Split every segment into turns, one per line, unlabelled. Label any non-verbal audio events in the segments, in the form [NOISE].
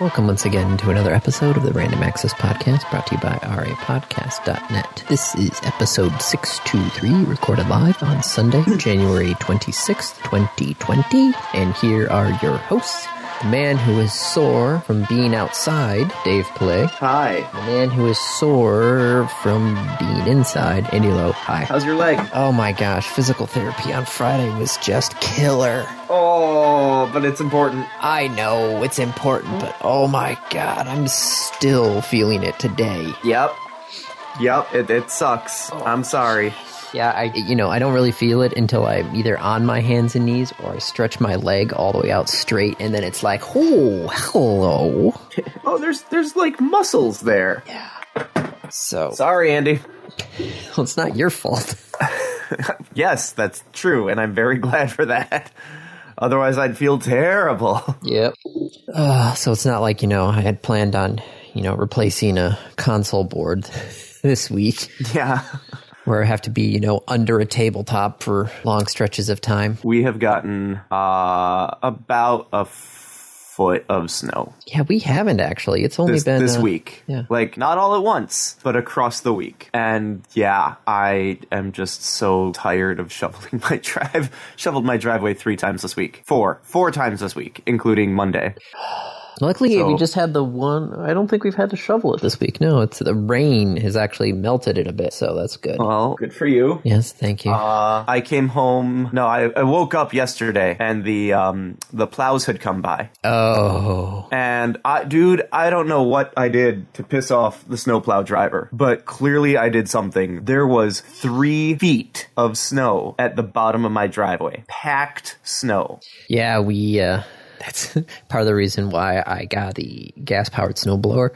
Welcome once again to another episode of the Random Access Podcast brought to you by rapodcast.net. This is episode 623, recorded live on Sunday, January 26th, 2020. And here are your hosts the man who is sore from being outside, Dave Play,
Hi.
the man who is sore from being inside, Andy Lowe. Hi.
How's your leg?
Oh my gosh, physical therapy on Friday was just killer.
Oh, but it's important.
I know it's important, but oh my god, I'm still feeling it today.
Yep. Yep, it, it sucks. I'm sorry.
Yeah, I you know, I don't really feel it until I'm either on my hands and knees or I stretch my leg all the way out straight and then it's like, "Oh, hello."
Oh, there's there's like muscles there.
So,
Sorry, Andy.
[LAUGHS] it's not your fault.
Yes, that's true, and I'm very [LAUGHS] glad for that. Otherwise, I'd feel terrible. [LAUGHS]
Yep. Uh, so it's not like, you know, I had planned on, you know, replacing a console board [LAUGHS] this week
Yeah.
where I have to be, you know, under a tabletop for long stretches of time.
We have gotten uh about a foot of snow
Yeah, we haven't actually. It's only
this,
been
this
uh,
week.
yeah.
Like not all at once, but across the week. And yeah, I am just so tired of shoveling [LAUGHS] my drive. Shoveled my driveway three times this week. Four, four times this week, including Monday.
Luckily, we
So-
just had the one. I don't think we've had to shovel it this week. No, it's the rain has actually melted it a bit, so that's good.
Well, good for you.
yes, thank you.
Uh, I came home. No, I, I woke up yesterday, and the um the plows had come by.
oh,
And I, dude, I don't know what I did to piss off the snowplow driver, but clearly I did something. There was three feet of snow at the bottom of my driveway, packed snow.
yeah, we. Uh, [LAUGHS] that's part of the reason why I got the gas-powered snowblower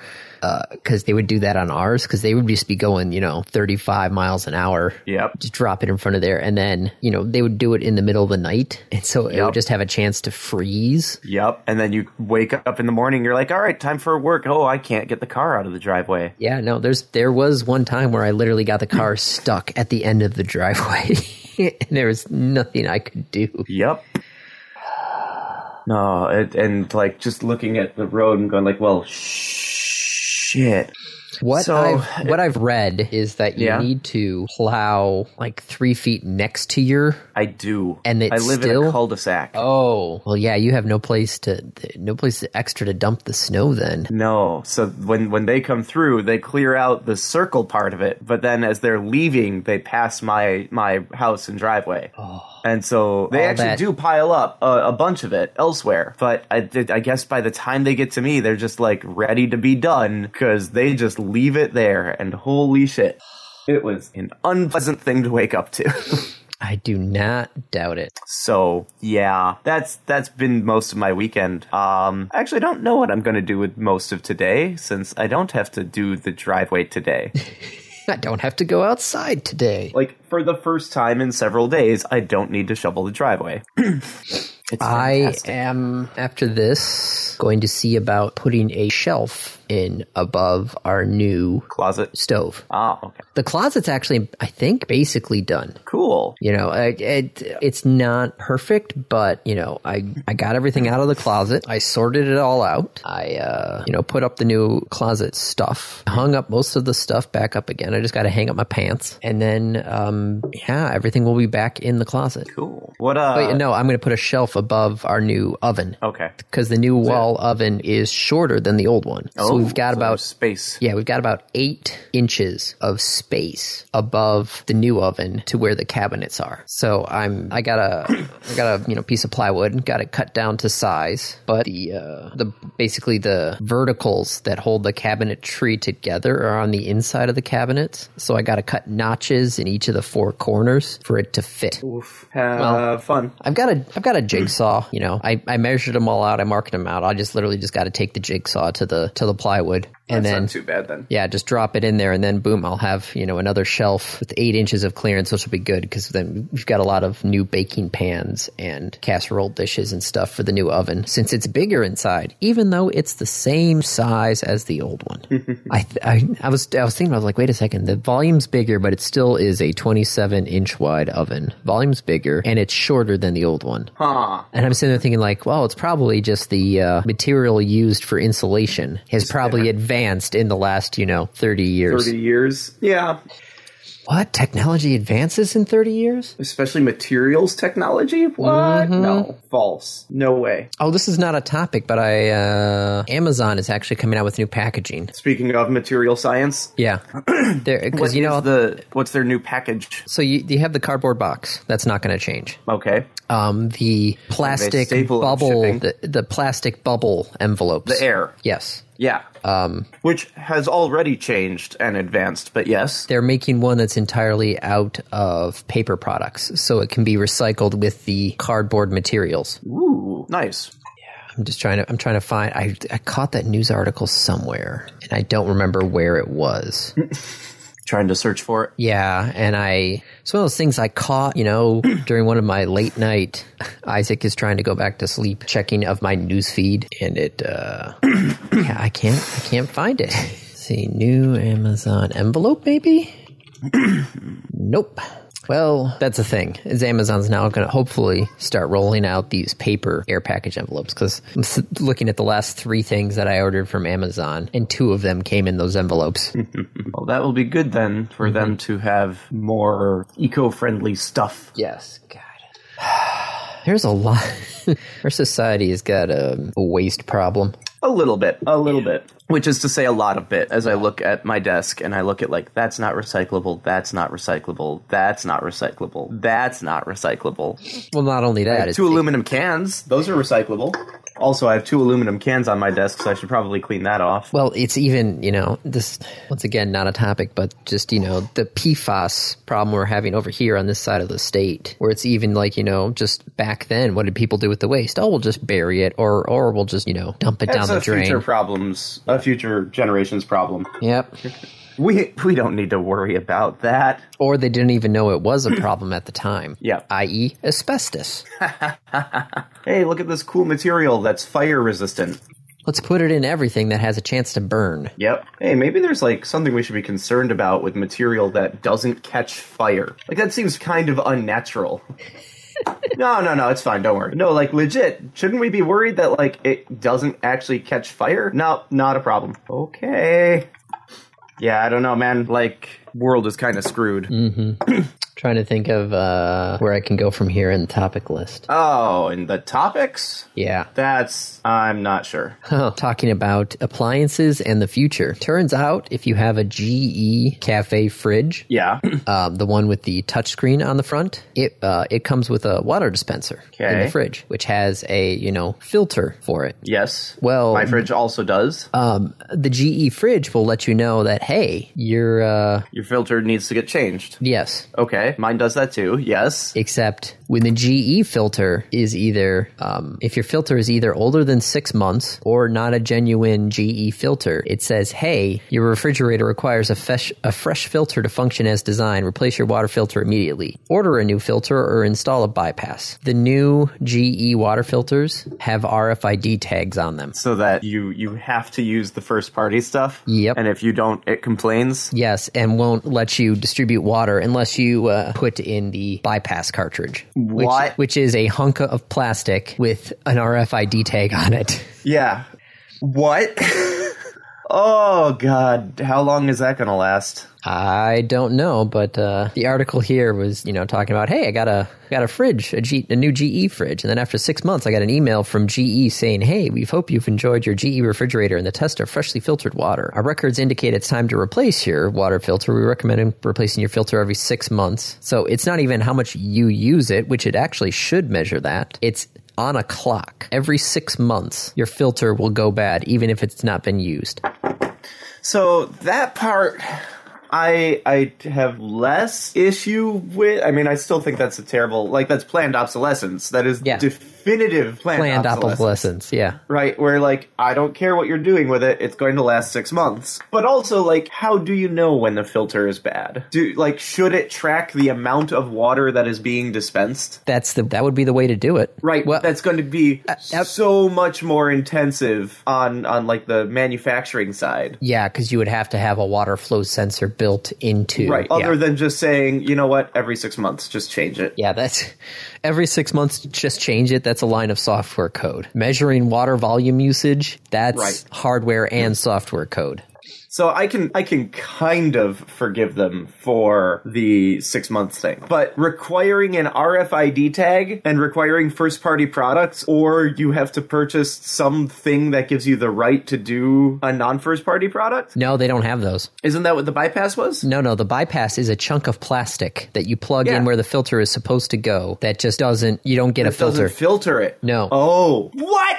because they would do that on ours because they would just be going, you know, thirty-five miles an hour.
Yep.
Just drop it in front of there, and then you know they would do it in the middle of the night, and so it would
Yep.
just have a chance to freeze.
Yep. And then you wake up in the morning, you're like, all right, time for work. Oh, I can't get the car out of the driveway.
Yeah, no, there's there was one time where I literally got the
[LAUGHS]
car stuck at the end of the driveway. [LAUGHS] and there was nothing I could do.
Yep. No, it, and like just looking at the road and going like, well, shit.
What
So- uh,
I've what I've read is that you
Yeah.
need to plow like three feet next to your.
I do.
And it's
I live in
still-
a cul-de-sac.
Oh, well, yeah, you have no place to no place extra to dump the snow. Then
No. So when when they come through, they clear out the circle part of it, but then as they're leaving, they pass my my house and driveway. And so they
All
actually
that-
do pile up a, a bunch of it elsewhere. But I, did- I guess by the time they get to me, they're just like ready to be done because they just leave it there. And holy shit, it was an unpleasant thing to wake up to. [LAUGHS]
I do not doubt it.
So yeah, that's that's been most of my weekend. Um, I actually don't know what I'm going to do with most of today since I don't have to do the
[LAUGHS]
driveway today.
I don't have to go outside today.
like for the first time in several days, I don't need to shovel the driveway. [CLEARS THROAT] it's
I
fantastic.
am, after this, going to see about putting a shelf in above our new
closet.
stove.
Ah, okay,
The closet's actually, I think, basically done.
cool.
You know, I- it, it's not perfect, but you know, I I got everything out of the closet. I sorted it all out. I uh, you know put up the new closet stuff, hung up most of the stuff back up again. I just got to hang up my pants, and then um, yeah, everything will be back in the closet.
Cool. What uh?
Wait, no, I'm going to put a shelf above our new oven
Okay.
because the new wall oven is shorter than the old one. so we've got
Oh, so
about
space.
yeah, we've got about eight inches of space above the new oven to where the cabinets are. So I'm I got a I got a you know piece of plywood, got it cut down to size, but the uh, the basically the verticals that hold the cabinetry together are on the inside of the cabinets. So I got to cut notches in each of the four corners for it to fit.
Oof. Have fun.
I've got a I've got a jigsaw. You know, I, I measured them all out. I marked them out. I just literally just got to take the jigsaw to the to the plywood and
That's
then
not too bad then.
yeah, just drop it in there, and then boom, I'll have you know another shelf with eight inches of clearance, which will be good because then we've got a lot of new baking pans and casserole dishes and stuff for the new oven. Since it's bigger inside, even though it's the same size as the old one, I, th- I I was I was thinking I was like, wait a second, the volume's bigger, but it still is a 27 inch wide oven. Volume's bigger, and it's shorter than the old one.
Huh.
And I'm sitting there thinking, like, well, it's probably just the uh, material used for insulation has probably advanced in the last, you know, 30 years.
Thirty years. Yeah.
What? Technology advances in 30 years?
Especially materials technology? What?
Mm-hmm.
No. False. No way.
Oh, this is not a topic, but I, uh, Amazon is actually coming out with new packaging.
Speaking of material science, [CLEARS THROAT]
Yeah. Because,
what
you know,
is the what's their new package?
so you, you have the cardboard box. That's not going to change.
Okay.
Um, the plastic
staple of
bubble,
shipping.
the, the plastic bubble envelopes.
The air.
Yes.
Yeah. Um which has already changed and advanced, but yes.
they're making one that's entirely out of paper products so it can be recycled with the cardboard materials
Ooh, nice.
i'm just trying to i'm trying to find i, I caught that news article somewhere and i don't remember where it was
Trying to search for it.
yeah and i it's one of those things i caught you know [CLEARS THROAT] during one of my late night isaac is trying to go back to sleep checking of my news feed and it uh [COUGHS] yeah i can't i can't find it [LAUGHS] see new amazon envelope maybe [COUGHS] Nope. Well, that's the thing. Is Amazon's now going to hopefully start rolling out these paper air package envelopes because I'm s- looking at the last three things that I ordered from Amazon, and two of them came in those envelopes.
Well, that will be good then for them to have more eco-friendly stuff.
yes, God. [SIGHS] There's a lot. [LAUGHS] Our society has got a, a waste problem.
A little bit, a little bit. Which is to say a lot of bit as I look at my desk and I look at like that's not recyclable, that's not recyclable, that's not recyclable, that's not recyclable.
Well, not only that, it's
two aluminum cans. Those are recyclable. Also, I have two aluminum cans on my desk, so I should probably clean that off.
Well, it's even, you know, this, once again, not a topic, but just, you know, the PFAS problem we're having over here on this side of the state, where it's even like, you know, just back then, what did people do with the waste? Oh, we'll just bury it or, or we'll just, you know, dump it
That's
down
a
the drain.
future problems, a future generation's problem.
Yep.
We we don't need to worry about that.
Or they didn't even know it was a problem at the time.
Yeah.
I.e., asbestos.
Hey, look at this cool material that's fire resistant.
Let's put it in everything that has a chance to burn.
Yep. Hey, maybe there's like something we should be concerned about with material that doesn't catch fire. Like that seems kind of unnatural. no, no, no, it's fine. Don't worry. No, like legit. Shouldn't we be worried that like it doesn't actually catch fire? No, not a problem. Okay. Yeah, I don't know, man. Like world is kind of screwed.
Trying to think of uh, where I can go from here in the topic list.
Oh, and the topics?
Yeah.
That's I'm not sure.
[LAUGHS] Huh. Talking about appliances and the future. Turns out, if you have a GE cafe fridge,
Yeah. [CLEARS THROAT]
um, the one with the touchscreen on the front, it uh, it comes with a water dispenser in
Okay.
the fridge, which has a you know filter for it.
yes.
Well,
my fridge also does.
um, the GE fridge will let you know that hey, you're uh,
Your filter needs to get changed.
yes.
Okay, mine does that too. Yes.
Except when the GE filter is either, um, if your filter is either older than six months or not a genuine GE filter, it says, hey, your refrigerator requires a fresh, a fresh filter to function as designed. Replace your water filter immediately. Order a new filter or install a bypass. The new GE water filters have RFID tags on them.
so that you you have to use the first party stuff.
Yep.
And if you don't, it complains.
Yes, and won't let you distribute water unless you uh, put in the bypass cartridge, which,
What?
which is a hunka of plastic with an RFID tag on it.
Yeah. What? [LAUGHS] oh God! How long is that gonna last?
I don't know, but uh, the article here was, you know, talking about, hey, I got a got a fridge, a, G, a new GE fridge, and then after six months, I got an email from GE saying, hey, we hope you've enjoyed your GE refrigerator and the test of freshly filtered water. Our records indicate it's time to replace your water filter. We recommend replacing your filter every six months. So it's not even how much you use it, which it actually should measure that. It's on a clock. Every six months, your filter will go bad, even if it's not been used.
So that part, I I have less issue with. I mean, I still think that's a terrible like that's planned obsolescence. That is
Yeah.
definitive planned,
Planned
obsolescence.
obsolescence. Yeah.
Right, where like I don't care what you're doing with it, it's going to last 6 months. But also like how do you know when the filter is bad? Do like should it track the amount of water that is being dispensed?
That's the that would be the way to do it.
Right,
Well, uh,
that's going to be
that-
so much more intensive on on like the manufacturing side.
yeah, because you would have to have a water flow sensor built into.
Right,
Yeah.
other than just saying, you know what, every 6 months just change it.
Yeah, that's every six months, just change it. That's a line of software code. Measuring water volume usage, that's
Right.
hardware and software code.
So I can I can kind of forgive them for the six months thing, but requiring an RFID tag and requiring first party products, or you have to purchase something that gives you the right to do a non first party product.
No, they don't have those.
Isn't that what the bypass was?
No, no, the bypass is a chunk of plastic that you plug
Yeah.
in where the filter is supposed to go that just doesn't, you don't get a filter.
Doesn't filter it.
No.
Oh. [LAUGHS] What?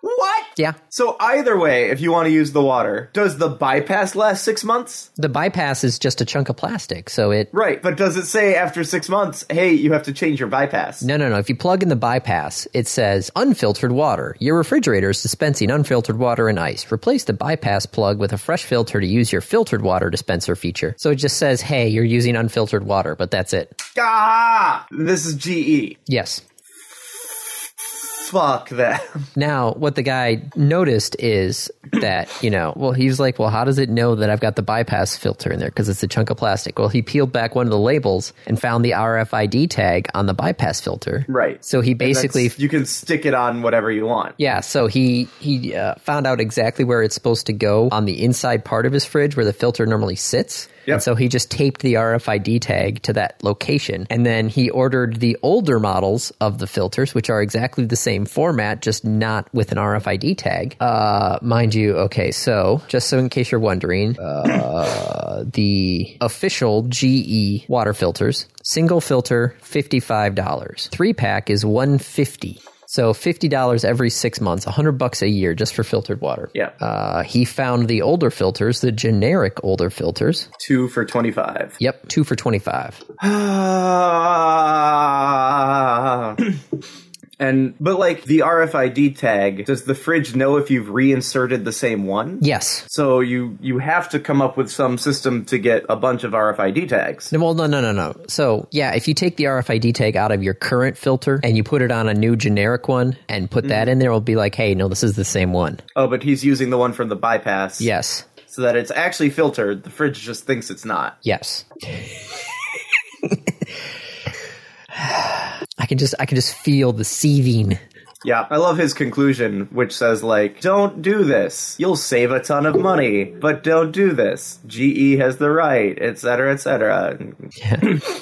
what?
yeah.
So either way, if you want to use the water, does the bypass last six months?
The bypass is just a chunk of plastic. So it,
Right, but does it say after six months, hey, you have to change your bypass?
no, no, no. If you plug in the bypass, it says unfiltered water. Your refrigerator is dispensing unfiltered water and ice. Replace the bypass plug with a fresh filter to use your filtered water dispenser feature. So it just says, hey, you're using unfiltered water, but that's it.
Ah! This is GE.
Yes.
Fuck that.
Now, what the guy noticed is that, you know, well, he was like, well, how does it know that I've got the bypass filter in there? Because it's a chunk of plastic. Well, he peeled back one of the labels and found the RFID tag on the bypass filter.
Right.
So he basically.
That's- you can stick it on whatever you want.
Yeah, so he he uh, found out exactly where it's supposed to go on the inside part of his fridge where the filter normally sits.
Yep.
And so he just taped the RFID tag to that location. And then he ordered the older models of the filters, which are exactly the same format, just not with an RFID tag. Uh, mind you, okay, so just so in case you're wondering, uh, [COUGHS] the official GE water filters, single filter, $55. Three pack is 150 so fifty dollars every six months, hundred bucks a year just for filtered water.
Yeah.
Uh, he found the older filters, the generic older filters.
Two for 25.
Yep, two for twenty five.
Ah. [SIGHS] and, but like the RFID tag, does the fridge know if you've reinserted the same one?
Yes.
So you, you have to come up with some system to get a bunch of RFID tags.
No, Well, no, no, no, no. So, yeah, if you take the RFID tag out of your current filter and you put it on a new generic one and put that in there, it'll be like, hey, no, this is the same one.
Oh, but he's using the one from the bypass.
Yes.
so that it's actually filtered. The fridge just thinks it's not.
Yes. [LAUGHS] I can just I can just feel the seething.
Yeah, I love his conclusion, which says like, "Don't do this. You'll save a ton of money, but don't do this. GE has the right, etc., etc."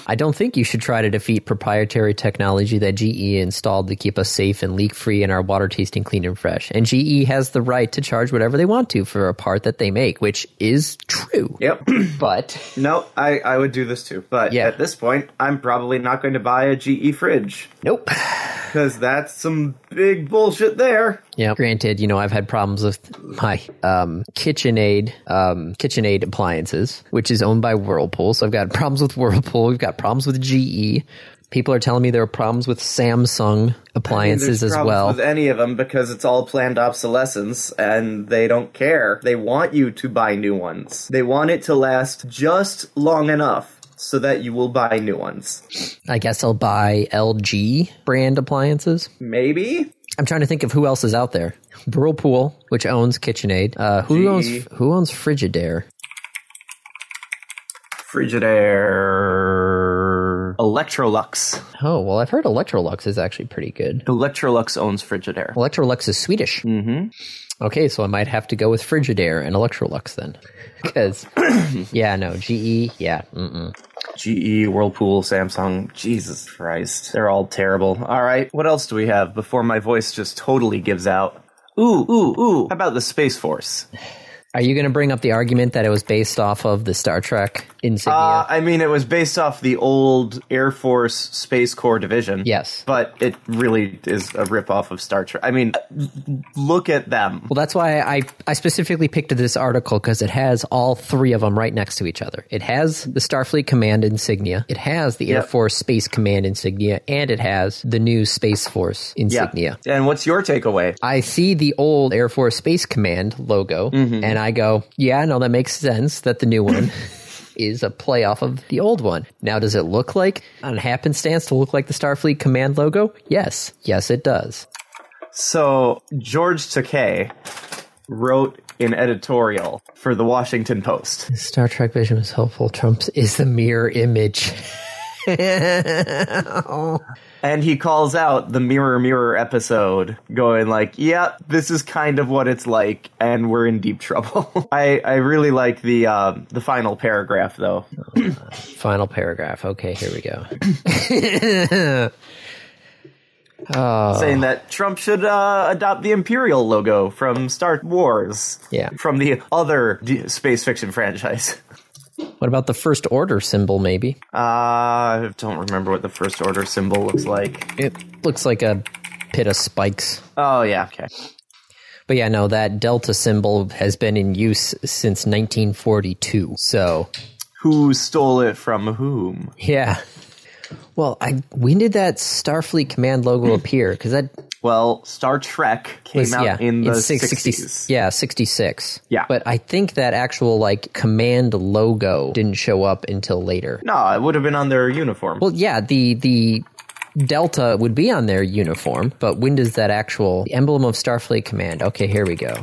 I don't think you should try to defeat proprietary technology that GE installed to keep us safe and leak free in our water tasting clean and fresh. And GE has the right to charge whatever they want to for a part that they make, which is true.
Yep. [CLEARS THROAT]
But
no, I I would do this too, but
Yeah.
at this point, I'm probably not going to buy a GE fridge
nope.
because that's some big bullshit there.
Yeah. Granted, you know, I've had problems with my um, KitchenAid um, KitchenAid appliances, which is owned by Whirlpool. So I've got problems with Whirlpool. We've got problems with GE. People are telling me there are problems with Samsung
And there's
appliances as
problems
well.
with any of them because it's all planned obsolescence and they don't care. They want you to buy new ones. They want it to last just long enough so that you will buy new ones.
I guess I'll buy LG brand appliances.
Maybe?
I'm trying to think of who else is out there. Whirlpool, which owns KitchenAid. Uh, who
GE.
owns who owns Frigidaire?
Frigidaire. Electrolux.
Oh well, I've heard Electrolux is actually pretty good.
Electrolux owns Frigidaire.
Electrolux is Swedish. Mm-hmm. Okay, so I might have to go with Frigidaire and Electrolux then, because yeah, no GE, yeah, mm-mm.
GE, E, Whirlpool, Samsung. Jesus Christ. They're all terrible. All right. What else do we have before my voice just totally gives out? Ooh, ooh, ooh. How about the Space Force?
I Are you going to bring up the argument that it was based off of the Star Trek insignia?
Uh, I mean, it was based off the old Air Force Space Corps division.
Yes.
But it really is a ripoff of Star Trek. I mean, look at them.
well, that's why I, I specifically picked this article because it has all three of them right next to each other. It has the Starfleet Command insignia, it has the Air
Yep.
Force Space Command insignia, and it has the new Space Force insignia.
And what's your takeaway?
I see the old Air Force Space Command logo and I go, yeah, no, that makes sense that the new one [LAUGHS] is a play off of the old one. Now, does it look like, on happenstance, to look like the Starfleet Command logo? Yes. Yes, it does.
So, George Takei wrote an editorial for the
[LAUGHS]
Washington Post.
Star Trek vision was helpful. Trump's is the mirror image.
And he calls out the Mirror Mirror episode, going like, "Yep, this is kind of what it's like, and we're in deep trouble." [LAUGHS] I, I really like the um, the final paragraph though.
Final paragraph. Okay, here we go. Oh.
saying that Trump should uh, adopt the Imperial logo from Star Wars.
Yeah.
From the other d- space fiction franchise. [LAUGHS]
What about the First Order symbol, maybe?
Uh, I don't remember what the First Order symbol looks like.
It looks like a pit of spikes.
Oh, yeah. Okay.
But yeah, no, that Delta symbol has been in use since 1942. So,
Who stole it from whom?
yeah. Well, I when did that Starfleet Command logo appear? Because that
Well, Star Trek came
was
Hmm. out
yeah
in the
six-
60s.
60s yeah, 66.
Yeah.
But I think that actual like command logo didn't show up until later.
No, it would have been on their uniform.
Well, yeah, the the Delta would be on their uniform, but when does that actual the emblem of Starfleet Command? Okay, here we go.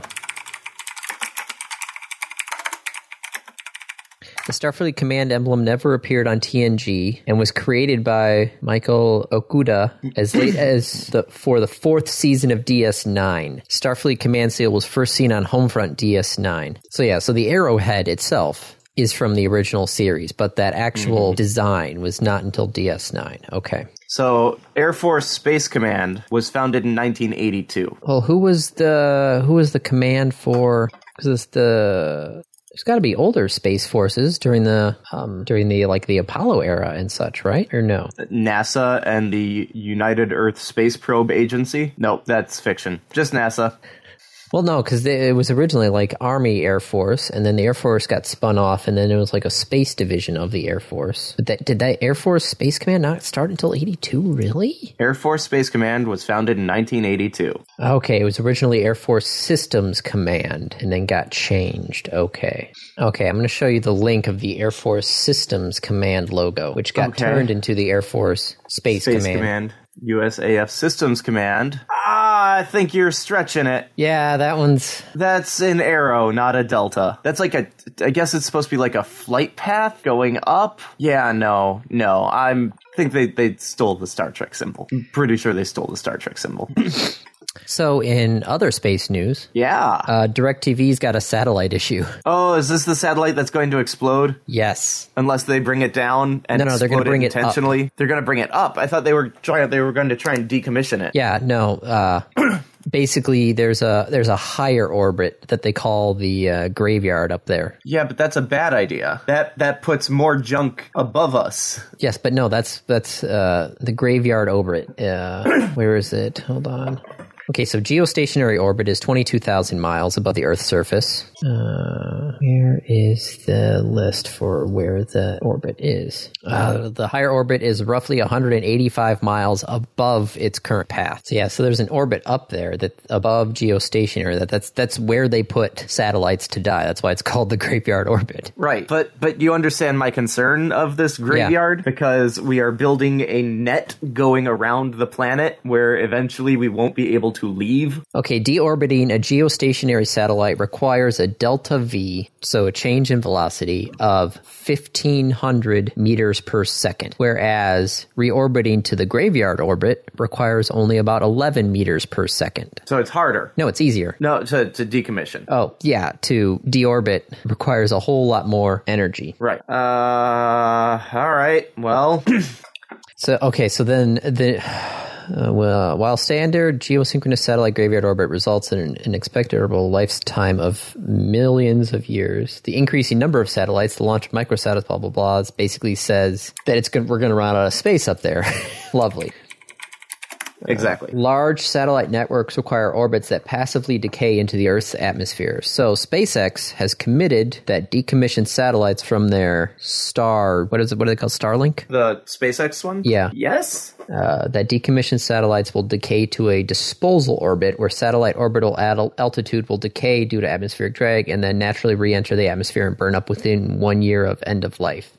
The Starfleet Command emblem never appeared on TNG and was created by Michael Okuda as late as the, for the fourth season of DS9. Starfleet Command seal was first seen on Homefront DS9. So yeah, so the arrowhead itself is from the original series, but that actual design was not until DS9. Okay.
so, Air Force Space Command was founded in 1982.
Well, who was the who was the command for? Because it's the there's got to be older space forces during the um during the like the Apollo era and such, right? Or no?
NASA and the United Earth Space Probe Agency? Nope, that's fiction. Just NASA.
Well, no, because it was originally like Army Air Force, and then the Air Force got spun off, and then it was like a space division of the Air Force. But that did that Air Force Space Command not start until eighty two? Really?
Air Force Space Command was founded in 1982.
Okay, it was originally Air Force Systems Command, and then got changed. Okay, okay, I'm going to show you the link of the Air Force Systems Command logo, which got
Okay.
turned into the Air Force Space,
Space
Command.
Command. USAF Systems Command. Ah, I think you're stretching it.
Yeah, that one's
That's an arrow, not a delta. That's like a. I guess it's supposed to be like a flight path going up. Yeah, no, no. I'm I think they they stole the Star Trek symbol. I'm pretty sure they stole the Star
[CLEARS THROAT]
Trek symbol.
so. In other space news,
yeah.
uh, Directv's got a satellite issue. [LAUGHS]
oh, is this the satellite that's going to explode?
Yes.
unless they bring it down and
No, no, they're gonna
explode
bring
it
it up.
intentionally. They're going to bring it up. I thought they were trying. They were going to try and decommission it.
Yeah, no. Uh, [CLEARS THROAT] basically, there's a there's a higher orbit that they call the uh, graveyard up there.
Yeah, but that's a bad idea. That that puts more junk above us.
Yes, but no, that's that's uh, the graveyard orbit. Uh, where is it? Hold on. Okay, so geostationary orbit is 22,000 miles above the Earth's surface. Uh, where is the list for where the orbit is? Uh, the higher orbit is roughly 185 miles above its current path. So yeah, so there's an orbit up there that above geostationary that that's that's where they put satellites to die. That's why it's called the graveyard orbit.
Right. But but you understand my concern of this graveyard because we are building a net going around the planet where eventually we won't be able to leave.
Okay, deorbiting a geostationary satellite requires a delta V, so a change in velocity of 1500 meters per second, whereas reorbiting to the graveyard orbit requires only about 11 meters per second.
So it's harder.
No, it's easier.
No, to to decommission.
Oh, yeah, to deorbit requires a whole lot more energy.
Right. Uh all right. Well, [CLEARS THROAT]
So okay, so then the [SIGHS] Uh, well, while standard geosynchronous satellite graveyard orbit results in an, an expected lifetime of millions of years, the increasing number of satellites, the launch of microsatellites, blah blah blah, it's basically says that it's good, we're going to run out of space up there. [LAUGHS] Lovely.
Exactly.
Large satellite networks require orbits that passively decay into the Earth's atmosphere. So SpaceX has committed that decommissioned satellites from their star, what is it? What are they called? Starlink.
The SpaceX one?
Yeah.
Yes?
Uh, that decommissioned satellites will decay to a disposal orbit, where satellite orbital al- altitude will decay due to atmospheric drag, and then naturally re-enter the atmosphere and burn up within one year of end of life.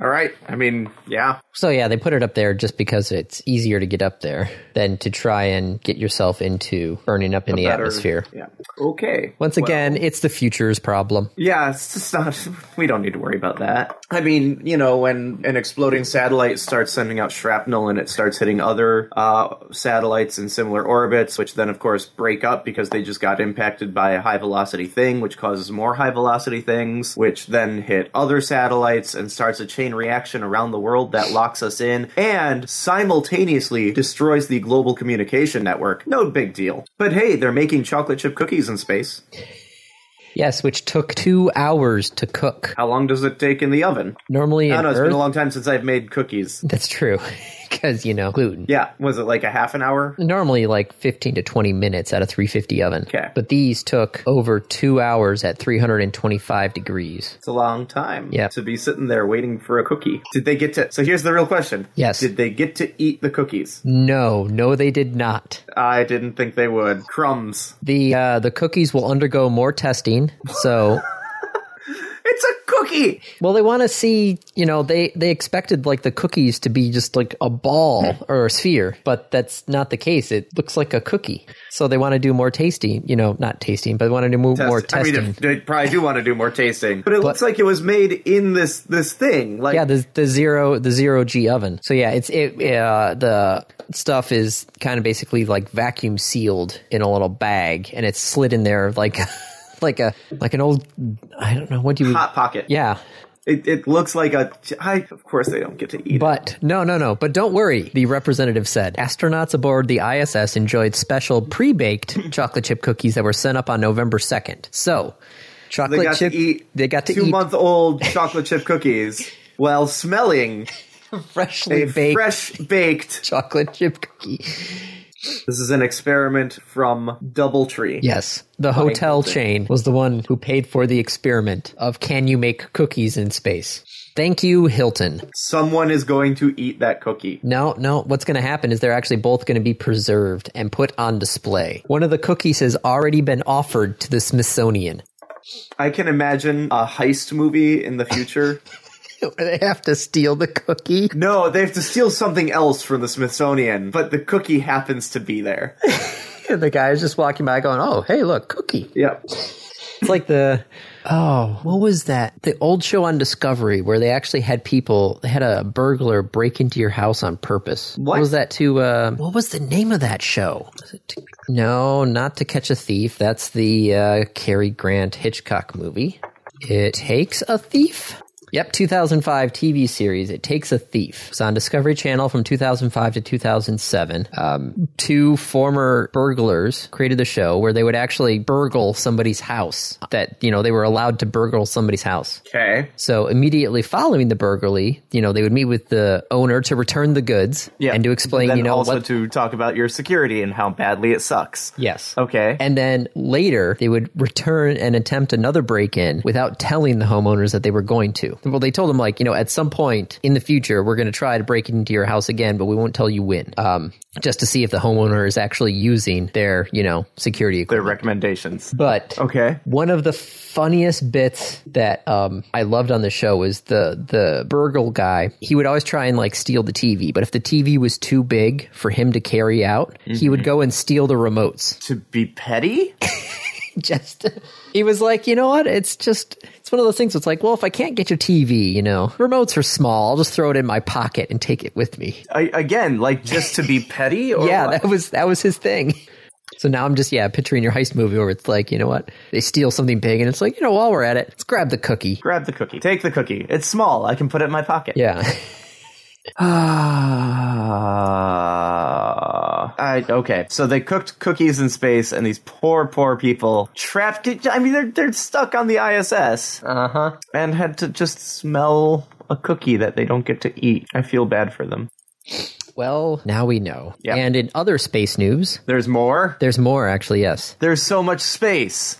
All right. I mean, yeah.
So yeah, they put it up there just because it's easier to get up there than to try and get yourself into burning up in the
Better-
atmosphere.
Yeah. Okay.
Once again, it's the future's problem.
Yeah, it's just not. [LAUGHS] We don't need to worry about that. I mean, you know, when an exploding satellite starts sending out shrapnel and it starts hitting other uh, satellites in similar orbits, which then, of course, break up because they just got impacted by a high velocity thing, which causes more high velocity things, which then hit other satellites and starts a chain reaction around the world that locks us in and simultaneously destroys the global communication network. No big deal. But hey, they're making chocolate chip cookies in space.
Yes, which took two hours to cook.
How long does it take in the oven?
Normally,
I
in
don't know. It's
Earth,
been a long time since I've made cookies.
that's true [LAUGHS] because you know gluten.
Yeah, was it like a half an hour?
normally like 15 to 20 minutes at a 350 oven.
Okay.
But these took over two hours at 325 degrees.
It's a long time
Yeah.
to be sitting there waiting for a cookie. Did they get to? So here's the real question.
Yes.
Did they get to eat the cookies?
No, no, they did not.
I didn't think they would. Crumbs.
The uh, the cookies will undergo more testing. So, [LAUGHS]
It's a cookie.
well, they want to see. You know, they they expected like the cookies to be just like a ball
Hmm.
or a sphere, but that's not the case. It looks like a cookie. So they want to do more tasting. You know, not tasting, but they want to do mo- more
I mean,
testing.
if- they probably do want to do more tasting, but it looks like it was made in this this thing. Like
yeah the, the zero the zero g oven so yeah it's it uh, the stuff is kind of basically like vacuum sealed in a little bag and it's slid in there like like a [LAUGHS] like an old i don't know what do you
hot pocket.
yeah
It, it looks like a. I, of course, they don't get to eat. it.
but no no no but don't worry the representative said astronauts aboard the iss enjoyed special pre-baked chocolate chip cookies that were sent up on november 2nd so chocolate
they got
chip
to eat.
they got to
two
eat
month old chocolate
[LAUGHS]
chip cookies while smelling
freshly baked
fresh baked
chocolate chip cookie
This is an experiment from Doubletree.
Yes. The hotel chain was the one who paid for the experiment of can you make cookies in space? Thank you, Hilton.
Someone is going to eat that cookie.
No, no, what's going to happen is they're actually both going to be preserved and put on display. One of the cookies has already been offered to the Smithsonian.
I can imagine a heist movie in
[LAUGHS]
the future.
[LAUGHS] they have to steal the cookie. [LAUGHS]
no, they have to steal something else from the Smithsonian, but the cookie happens to
[LAUGHS]
be there.
And the guy is just walking by going, oh, hey, look, cookie.
Yep.
It's like the oh, what was that? The old show on Discovery where they actually had people they had a burglar break into your house on purpose. What,
What?
was that to? Uh, what was the name of that show? Was it to, no, not to catch a thief. That's the uh, Cary Grant Hitchcock movie. It takes a thief. Yep, 2005 TV series. It takes a thief. It's on Discovery Channel from 2005 to 2007. Um, two former burglars created the show where they would actually burgle somebody's house. That you know they were allowed to burgle somebody's house.
Okay.
So immediately following the burglary, you know they would meet with the owner to return the goods and to explain,
Then
you know,
also
what
to talk about your security and how badly it sucks.
Yes.
Okay.
And then later, they would return and attempt another break in without telling the homeowners that they were going to. Well, they told them, like, you know, at some point in the future, we're going to try to break into your house again, but we won't tell you when. Um, just to see if the homeowner is actually using their, you know, security
Their
equipment.
recommendations.
But
Okay.
one of the funniest bits that um, I loved on the show was the the burgle guy. He would always try and like steal the TV, but if the TV was too big for him to carry out, he would go and steal the remotes.
To be petty?
just he was like, you know what? It's just it's one of those things. It's like, well, if I can't get your TV, you know, remotes are small. I'll just throw it in my pocket and take it with me.
I, again, like just to be petty? Or
yeah,
what?
that was that was his thing. [LAUGHS] So now I'm just yeah picturing your heist movie where it's like, you know what? They steal something big and it's like, you know, while we're at it, let's grab the cookie.
Grab the cookie. Take the cookie. It's small. I can put it in my pocket.
Yeah. [LAUGHS]
Ah, I, okay. So they cooked cookies in space, and these poor, poor people trapped. It, I mean, they're they're stuck on the ISS
Uh huh.
and had to just smell a cookie that they don't get to eat. I feel bad for them.
Well, now we know.
Yeah.
And in other space news,
There's more.
there's more actually, yes.
There's so much space,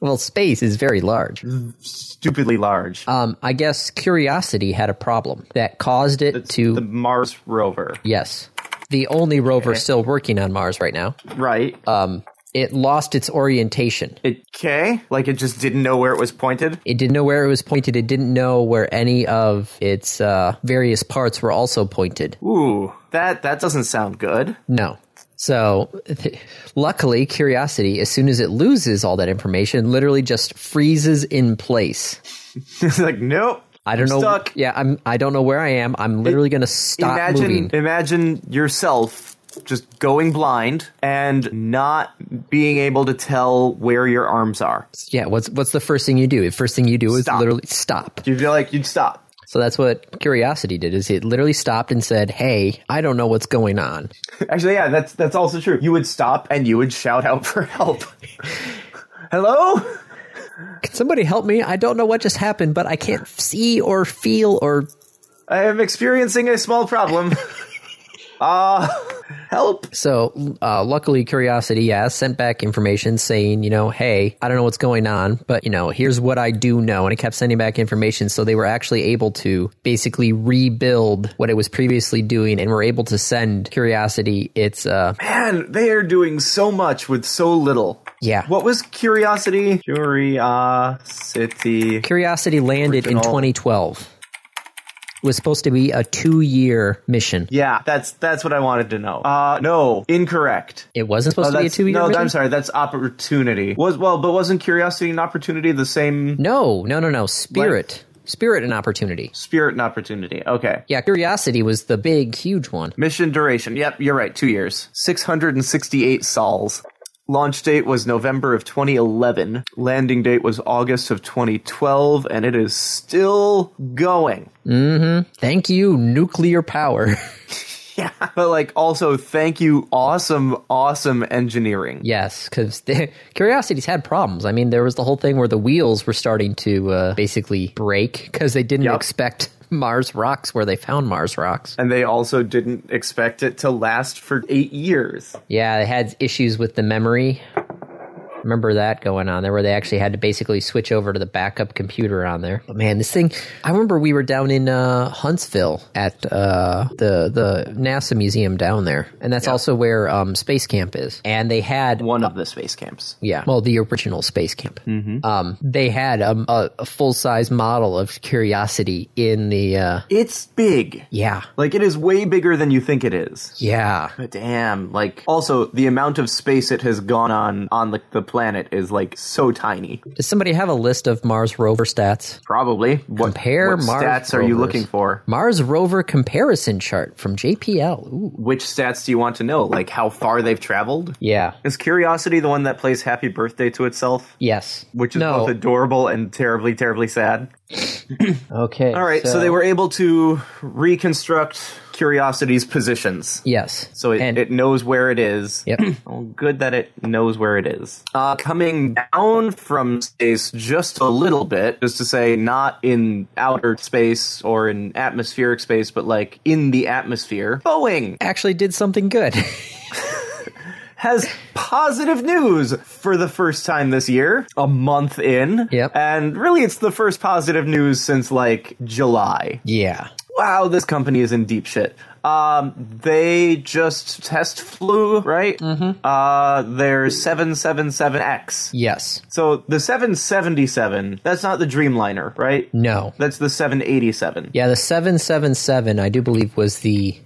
Well, space is very large.
Mm. stupidly large.
Um, I guess Curiosity had a problem that caused it to.
the Mars rover,
yes. The only rover still working on Mars right now.
right?
Um, it lost its orientation.
okay, like it just didn't know where it was pointed.
It didn't know where it was pointed. It didn't know where any of its uh, various parts were also pointed.
Ooh, that that doesn't sound good. [LAUGHS]
No. So, [LAUGHS] luckily, Curiosity, as soon as it loses all that information, literally just freezes in place.
it's like nope.
I don't know.
Stuck.
Yeah, I'm. I don't know where I am. I'm literally going to stop
imagine
moving.
imagine yourself just going blind and not being able to tell where your arms are.
Yeah. What's What's the first thing you do? The first thing you do is
Stop.
literally stop.
You feel like you'd stop. [LAUGHS]
So that's what Curiosity did. Is it literally stopped and said, "Hey, I don't know what's going on."
Actually, yeah, that's that's also true. You would stop and you would shout out for help. [LAUGHS] Hello?
Can somebody help me? I don't know what just happened, but I can't see or feel or
I am experiencing a small
[LAUGHS]
problem. Uh help.
So, uh, luckily, Curiosity, yeah, sent back information saying, you know, hey, I don't know what's going on, but, you know, here's what I do know. And it kept sending back information. So they were actually able to basically rebuild what it was previously doing and were able to send Curiosity its, uh,
Man, they are doing so much with so little.
yeah.
What was curiosity? Curiosity.
Curiosity landed
Original.
in 2012. It was supposed to be a two year mission.
Yeah, that's that's what I wanted to know. Uh no, incorrect.
It wasn't supposed
Oh,
to be a
that's,
two year
no,
mission.
I'm sorry. That's opportunity. Was well, but wasn't curiosity and opportunity the same
No, no, no, no. Spirit. Spirit and opportunity.
spirit and opportunity? Okay.
Yeah, Curiosity was the big, huge one.
Mission duration. Yep, you're right. Two years. Six hundred and sixty-eight sols. Launch date was November of 2011. Landing date was August of 2012, and it is still going. [LAUGHS]
Thank you, nuclear power. [LAUGHS]
Yeah. But like, also thank you, awesome, awesome engineering.
yes, [LAUGHS] because Curiosity's had problems. I mean, there was the whole thing where the wheels were starting to uh, basically break because they didn't
Yep.
expect [LAUGHS] Mars rocks where they found Mars rocks.
And they also didn't expect it to last for eight years.
Yeah, they had issues with the memory. Remember that going on there, where they actually had to basically switch over to the backup computer on there. But man, this thing! I remember we were down in uh, Huntsville at uh, the the NASA museum down there, and that's also where um, Space Camp is. And they had
One of the space camps.
Yeah. Well, the original space camp. Mm-hmm. Um, they had um, a, a full size model of Curiosity in the. Uh,
It's big.
yeah.
Like it is way bigger than you think it is.
Yeah.
But damn, like also the amount of space it has gone on on the, the planet is like so tiny.
Does somebody have a list of Mars rover stats?
Probably. What,
Compare
what
Mars
stats are you
rovers.
looking for?
Mars rover comparison chart from JPL. Ooh.
Which stats do you want to know? Like how far they've traveled?
Yeah.
Is Curiosity the one that plays Happy Birthday to itself?
Yes.
Which is
no.
both adorable and terribly, terribly sad.
okay.
All right, so, they were able to reconstruct Curiosity's positions.
Yes.
So it,
And-
it knows where it is.
[CLEARS THROAT] Yep.
Oh, good that it knows where it is. Uh, coming down from space just a little bit, just to say, not in outer space or in atmospheric space, but like in the atmosphere. Boeing
Actually, did something good. [LAUGHS]
has positive news for the first time this year, a month in.
Yep.
And really, it's the first positive news since like July.
yeah.
wow, this company is in deep shit. Um, they just test flew, right? Mm-hmm. Uh, their 777X.
Yes.
So the 777, that's not the Dreamliner, right?
No.
That's the 787.
Yeah, the 777, I do believe, was the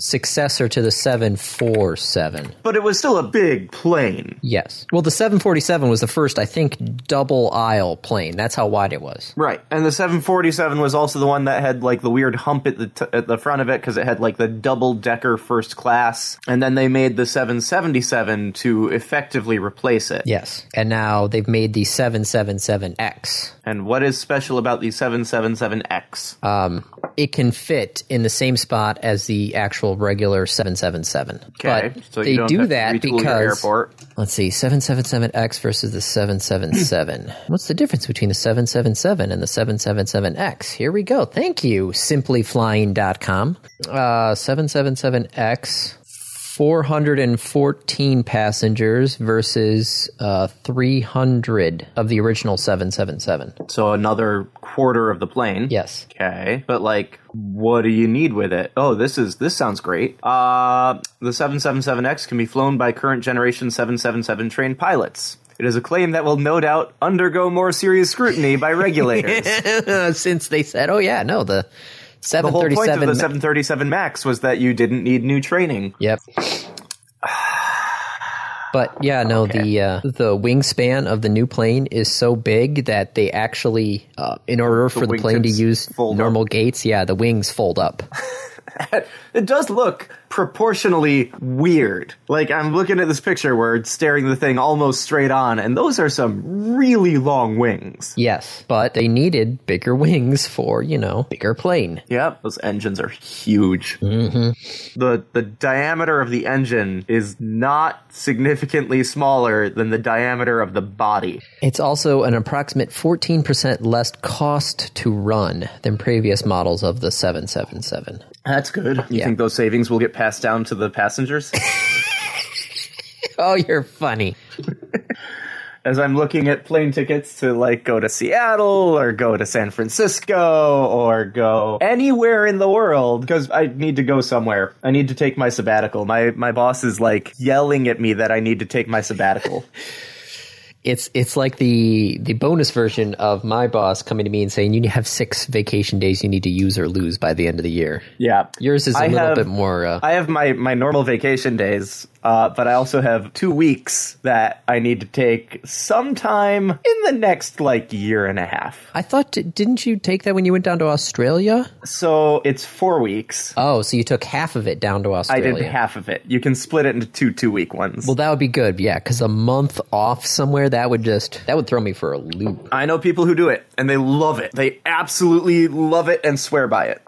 successor to the 747.
But it was still a big plane.
Yes. Well, the 747 was the first, I think, double aisle plane. That's how wide it was.
Right. And the 747 was also the one that had like the weird hump at the t- at the front of it cuz it had like the double decker first class and then they made the 777 to effectively replace it.
Yes. And now they've made the 777X.
And what is special about the 777X?
Um, it can fit in the same spot as the actual regular 777.
Okay,
But
so you
they
don't
do
have to
that
retool your
because
airport.
let's see, 777X versus the 777. What's the difference between the 777 and the 777X? Here we go. Thank you, simplyflying.com. Uh, 777X 414 passengers versus uh, 300 of the original 777.
So another quarter of the plane.
Yes.
Okay, but like, what do you need with it? Oh, this is this sounds great. Uh, the 777X can be flown by current generation 777 trained pilots. It is a claim that will no doubt undergo more serious scrutiny [LAUGHS] by
[LAUGHS]
regulators.
Since they said, oh, yeah, no, the
the whole point of
737.
the 737 Max was that you didn't need new training.
Yep. But yeah, no, the uh, the wingspan of the new plane is so big that they actually, uh, in order for the plane to
wingtips
use
fold
normal gates, yeah, the wings fold up.
It does look proportionally weird. Like I'm looking at this picture where it's staring the thing almost straight on, and those are some really long wings.
yes, but they needed bigger wings for you know bigger plane.
Yep, Mm-hmm. those engines are huge. The the diameter of the engine is not significantly smaller than the diameter of the body.
It's also an approximate fourteen percent less cost to run than previous models of the seven seven seven.
That's good. You
Yeah.
think those savings will get passed down to the passengers?
Oh, you're funny.
As I'm looking at plane tickets to like go to Seattle or go to San Francisco or go anywhere in the world because I need to go somewhere. I need to take my sabbatical. My my boss is like yelling at me that I need to take my sabbatical.
it's it's like the the bonus version of my boss coming to me and saying you have six vacation days you need to use or lose by the end of the year.
yeah.
Yours is a
I
little
have-
bit more. Uh,
I have my, my normal vacation days, uh, but I also have two weeks that I need to take sometime in the next like year and a half.
I thought didn't you take that when you went down to Australia?
So it's four weeks.
Oh, so you took half of it down to
I
Australia.
did half of it. You can split it into two two week ones.
Well, that would be good. Yeah, because a month off somewhere that would just that would throw me for a loop.
I know people who do it, and they love it. They absolutely love it and swear by it.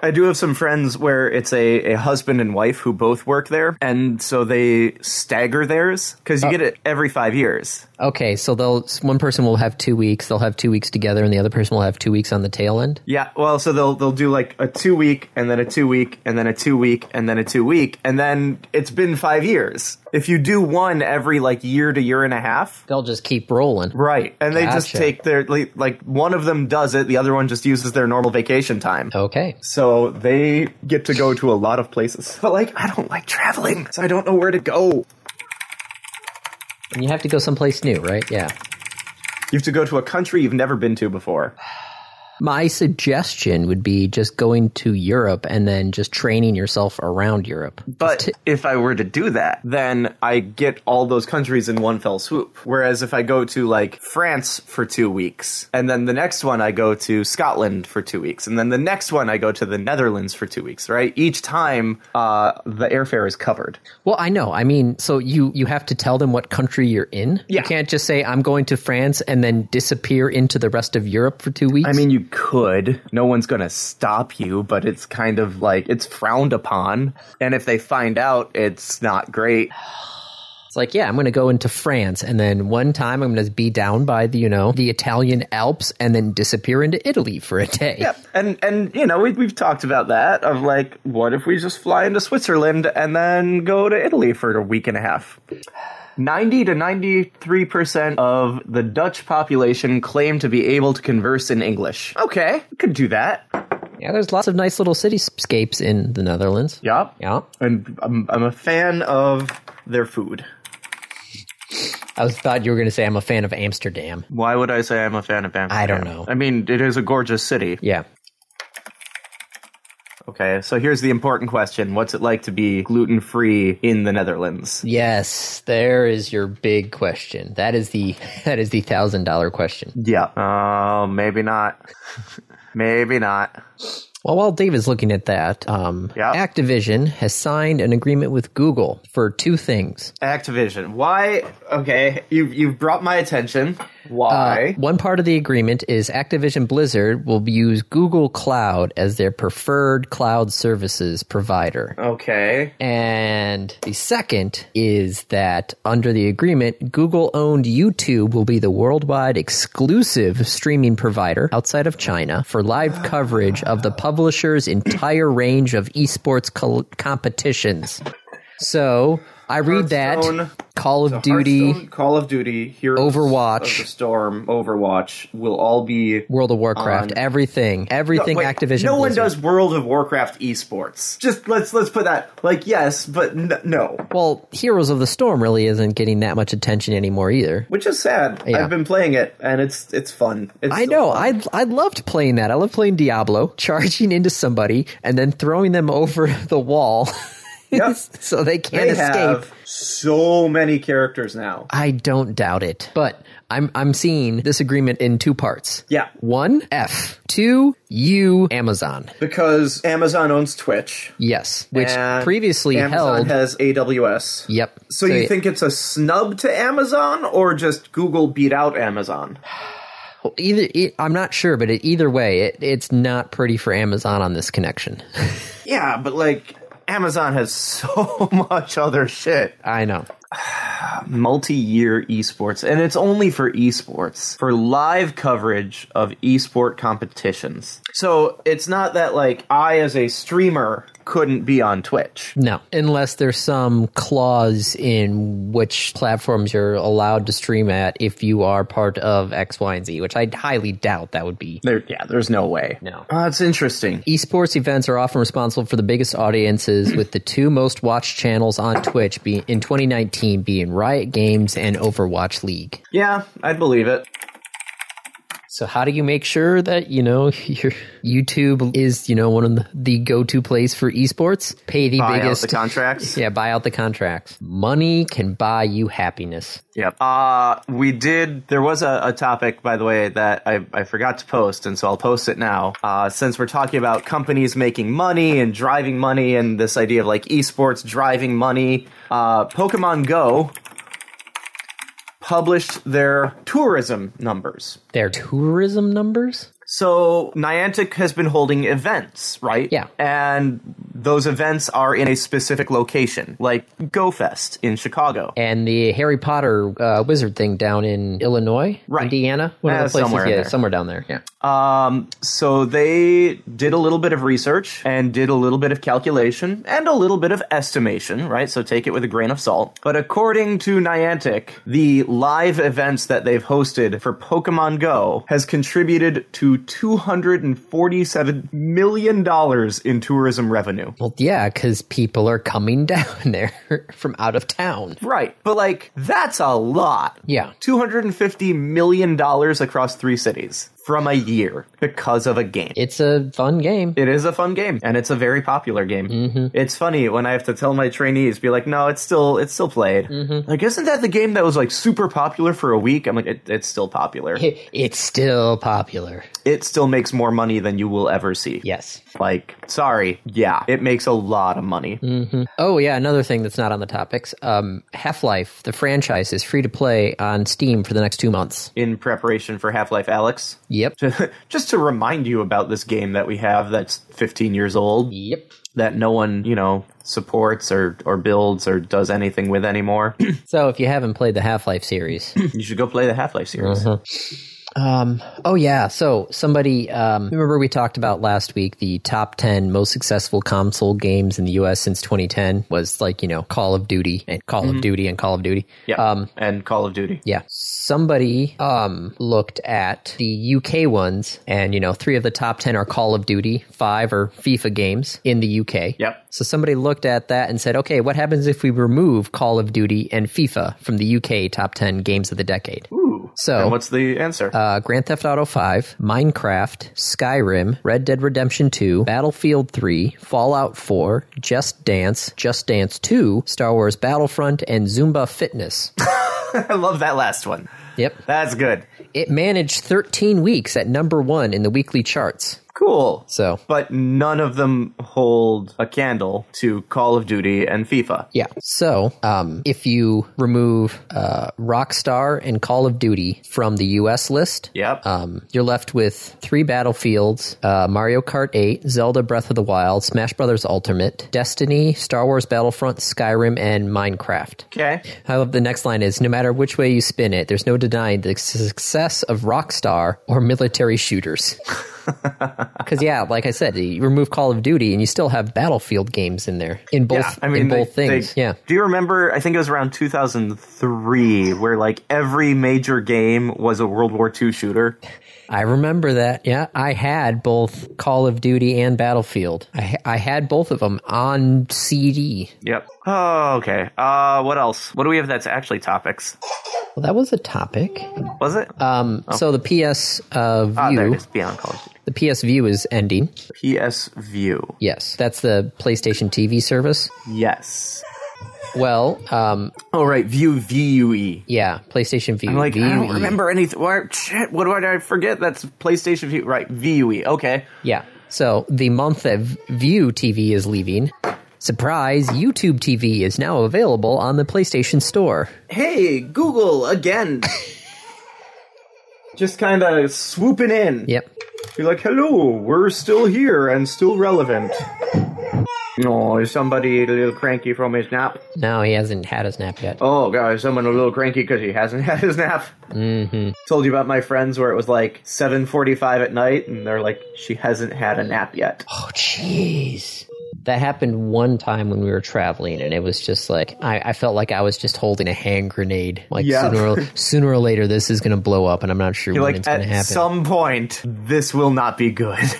I do have some friends where it's a, a husband and wife who both work there, and so they stagger theirs because you get it every five years.
Okay, so they'll one person will have two weeks. They'll have two weeks together, and the other person will have two weeks on the tail end.
Yeah, well, so they'll they'll do like a two week and then a two week and then a two week and then a two week and then it's been five years. If you do one every like year to year and a half,
They'll just keep rolling.
right? And they just
Gotcha.
take their like, like one of them does it, the other one just uses their normal vacation time.
Okay.
So they get to go to a lot of places. But like, I don't like traveling, so I don't know where to go.
And you have to go someplace new, right? Yeah.
You have to go to a country you've never been to before.
My suggestion would be just going to Europe and then just training yourself around Europe.
But if I were to do that, then I get all those countries in one fell swoop. Whereas if I go to like France for two weeks, and then the next one I go to Scotland for two weeks, and then the next one I go to the Netherlands for two weeks, right? Each time, uh, the airfare is covered.
Well, I know. I mean, so you you have to tell them what country you're in.
Yeah.
You can't just say I'm going to France and then disappear into the rest of Europe for 2 weeks.
I mean, you could. No one's going to stop you, but it's kind of like it's frowned upon. And if they find out, it's not great.
it's like, yeah, I'm going to go into France and then one time I'm going to be down by the, you know, the Italian Alps and then disappear into Italy for a day.
Yep. And and you know, we we've talked about that of like what if we just fly into Switzerland and then go to Italy for a week and a half. 90 to 93% of the Dutch population claim to be able to converse in English. Okay, we could do that.
Yeah, there's lots of nice little cityscapes in the Netherlands.
Yup.
Yeah.
And I'm, I'm a fan of their food.
I was thought you were going to say I'm a fan of Amsterdam.
Why would I say I'm a fan of Amsterdam?
I don't know.
I mean, it is a gorgeous city.
Yeah.
Okay, so here's the important question: What's it like to be gluten free in the Netherlands?
Yes, there is your big question. That is the [LAUGHS] that is the thousand dollar question.
Yeah. Oh, maybe not. [LAUGHS] maybe not.
Well, while Dave is looking at that, um,
Yeah.
Activision has signed an agreement with Google for two things.
Activision. Why? Okay, you you've brought my attention. Why?
Uh, One part of the agreement is Activision Blizzard will use Google Cloud as their preferred cloud services provider.
okay.
And the second is that under the agreement, Google owned YouTube will be the worldwide exclusive streaming provider outside of China for live coverage of the publisher's entire range of esports col- competitions. So I read that
Hearthstone.
Call of Duty,
Hearthstone, Call of Duty, Heroes
Overwatch.
of the Storm, Overwatch will all be
World of Warcraft,
on-
everything, everything
Wait,
Activision.
No one
Blizzard.
does World of Warcraft esports. Just let's let's put that like yes, but n- no.
Well, Heroes of the Storm really isn't getting that much attention anymore either.
Which is sad.
Yeah.
I've been playing it and it's it's fun. It's
I
still
know.
fun.
I I loved playing that. I loved playing Diablo, [LAUGHS] charging into somebody and then throwing them [LAUGHS] over the wall [LAUGHS]
Yep.
so they can't
they
escape.
have so many characters now.
I don't doubt it. But I'm I'm seeing this agreement in two parts.
Yeah.
One F, two you Amazon.
Because Amazon owns Twitch,
Yes, which
and
previously
Amazon
held.
has AWS.
yep.
So you
yeah.
think it's a snub to Amazon, or just Google beat out Amazon?
either e- I'm not sure, but it, either way, it, it's not pretty for Amazon on this connection. [LAUGHS]
Yeah, but like Amazon has [LAUGHS] so much other shit.
I know.
multi-year esports and it's only for esports for live coverage of esport competitions so it's not that like i as a streamer couldn't be on twitch
No, unless there's some clause in which platforms you're allowed to stream at if you are part of X, Y, and Z, which I highly doubt that would be.
there yeah there's no way
No.
Uh, it's interesting
Esports events are often responsible for the biggest audiences, with the two most watched channels on Twitch being in 2019 being Riot Games and Overwatch League.
yeah i'd believe it
So, how do you make sure that you know [LAUGHS] your YouTube is you know one of the, the go-to place for esports? Pay the
buy out
biggest
the
[LAUGHS]
contracts
Yeah, buy out the contracts. Money can buy you happiness.
Yep. Uh, we did. There was a, a topic, by the way, that I, I forgot to post, and so I'll post it now. Uh, since we're talking about companies making money and driving money and this idea of like esports driving money, uh, Pokemon Go published their tourism numbers.
Their tourism numbers?
So Niantic has been holding events, right?
Yeah.
And those events are in a specific location, like GoFest in Chicago.
And the Harry Potter uh, wizard thing down in Illinois?
Right.
Indiana? One
Uh,
of the places,
somewhere in
yeah,
there.
somewhere down there. Yeah.
Um, so they did a little bit of research and did a little bit of calculation and a little bit of estimation, right? So take it with a grain of salt. But according to Niantic, the live events that they've hosted for Pokemon Go has contributed to $247 million in tourism revenue.
Well, yeah, because people are coming [LAUGHS] down there from out of town.
Right. But like, that's a lot.
Yeah.
$250 million across three cities from a year because of a game.
It's a fun game. [LAUGHS]
It is a fun game, and it's a very popular game. It's funny when I have to tell my trainees, be like, "No, it's still it's still played." Like, isn't that the game that was like super popular for a week? I'm like, it, it's still popular.
It's still popular.
it still makes more money than you will ever see.
Yes.
Like, sorry, yeah, it makes a lot of money.
Oh, yeah, another thing that's not on the topics. Um, Half Life, the franchise, is free to play on Steam for the next two months.
In preparation for Half Life, Alex, [LAUGHS]
Yep.
just to remind you about this game that we have that's 15 years old
Yep.
that no one you know supports or or builds or does anything with anymore. [CLEARS THROAT]
So if you haven't played the Half Life series,
you should go play the Half Life series.
Um, oh yeah. So somebody, um, remember we talked about last week the top 10 most successful console games in the US since 2010 was like, you know, Call of Duty and Call of Duty and Call of Duty.
Mm-hmm. Yeah.
Um,
and Call of Duty.
yeah. Somebody um, looked at the UK ones, and you know, three of the top ten are Call of Duty, five are FIFA games in the UK.
Yep.
So somebody looked at that and said, okay, what happens if we remove Call of Duty and FIFA from the UK top ten games of the decade?
Ooh.
So-
and what's the answer?
uh, Grand Theft Auto 5, Minecraft, Skyrim, Red Dead Redemption 2, Battlefield 3, Fallout 4, Just Dance, Just Dance 2, Star Wars Battlefront, and Zumba Fitness.
[LAUGHS]
[LAUGHS]
I love that last one.
Yep.
That's good.
It managed 13 weeks at number one in the weekly charts.
Cool.
So
But none of them hold a candle to Call of Duty and FIFA.
Yeah. So, um, if you remove uh, Rockstar and Call of Duty from the U.S. list,
Yep.
um, you're left with three Battlefields: uh, Mario Kart 8, Zelda: Breath of the Wild, Smash Brothers Ultimate, Destiny, Star Wars Battlefront, Skyrim, and Minecraft.
okay.
I love the next line is no matter which way you spin it, there's no denying the success of Rockstar or military
[LAUGHS]
shooters. Because yeah, like I said, you remove Call of Duty and you still have Battlefield games in there in both
I mean,
in
they-
both things.
they-
yeah,
Do you remember? I think it was around 2003, where like every major game was a World War II shooter.
I remember that. Yeah, I had both Call of Duty and Battlefield. I I had both of them on CD.
Yep. Oh, okay. Uh, what else? What do we have that's actually topics?
Well, that was a topic.
Was it?
Um, so the PS uh,
Oh. ah, there
view,
it is. Beyond Call of Duty.
the PS View is ending.
PS View.
Yes, that's the PlayStation TV service.
Yes.
Well, um,
Oh, right. View V U E.
yeah, PlayStation View.
I'm like, I
E.
don't
VUE.
remember anything. What, shit, what did I forget? That's PlayStation View. Right,
E.
VUE. Okay.
Yeah. So the month that V- View TV is leaving, surprise, YouTube TV is now available on the PlayStation Store.
Hey, Google [LAUGHS] again. Just kind of swooping in.
Yep.
Be like, hello, we're still here and still relevant. No, is somebody a little cranky from his nap?
No, he hasn't had his nap yet.
Oh, God, is someone a little cranky because he hasn't [LAUGHS] had his nap? Mm-hmm. Told you about my friends where it was like 7.45 at night, and they're like, she hasn't had a nap yet.
Oh, jeez. That happened one time when we were traveling, and it was just like I, I felt like I was just holding a hand grenade. Like
Yeah.
sooner, or,
[LAUGHS]
sooner or later, this is going to blow up, and I'm not sure
You're
when
like,
it's going to
at
happen.
some point, this will not be good. [LAUGHS]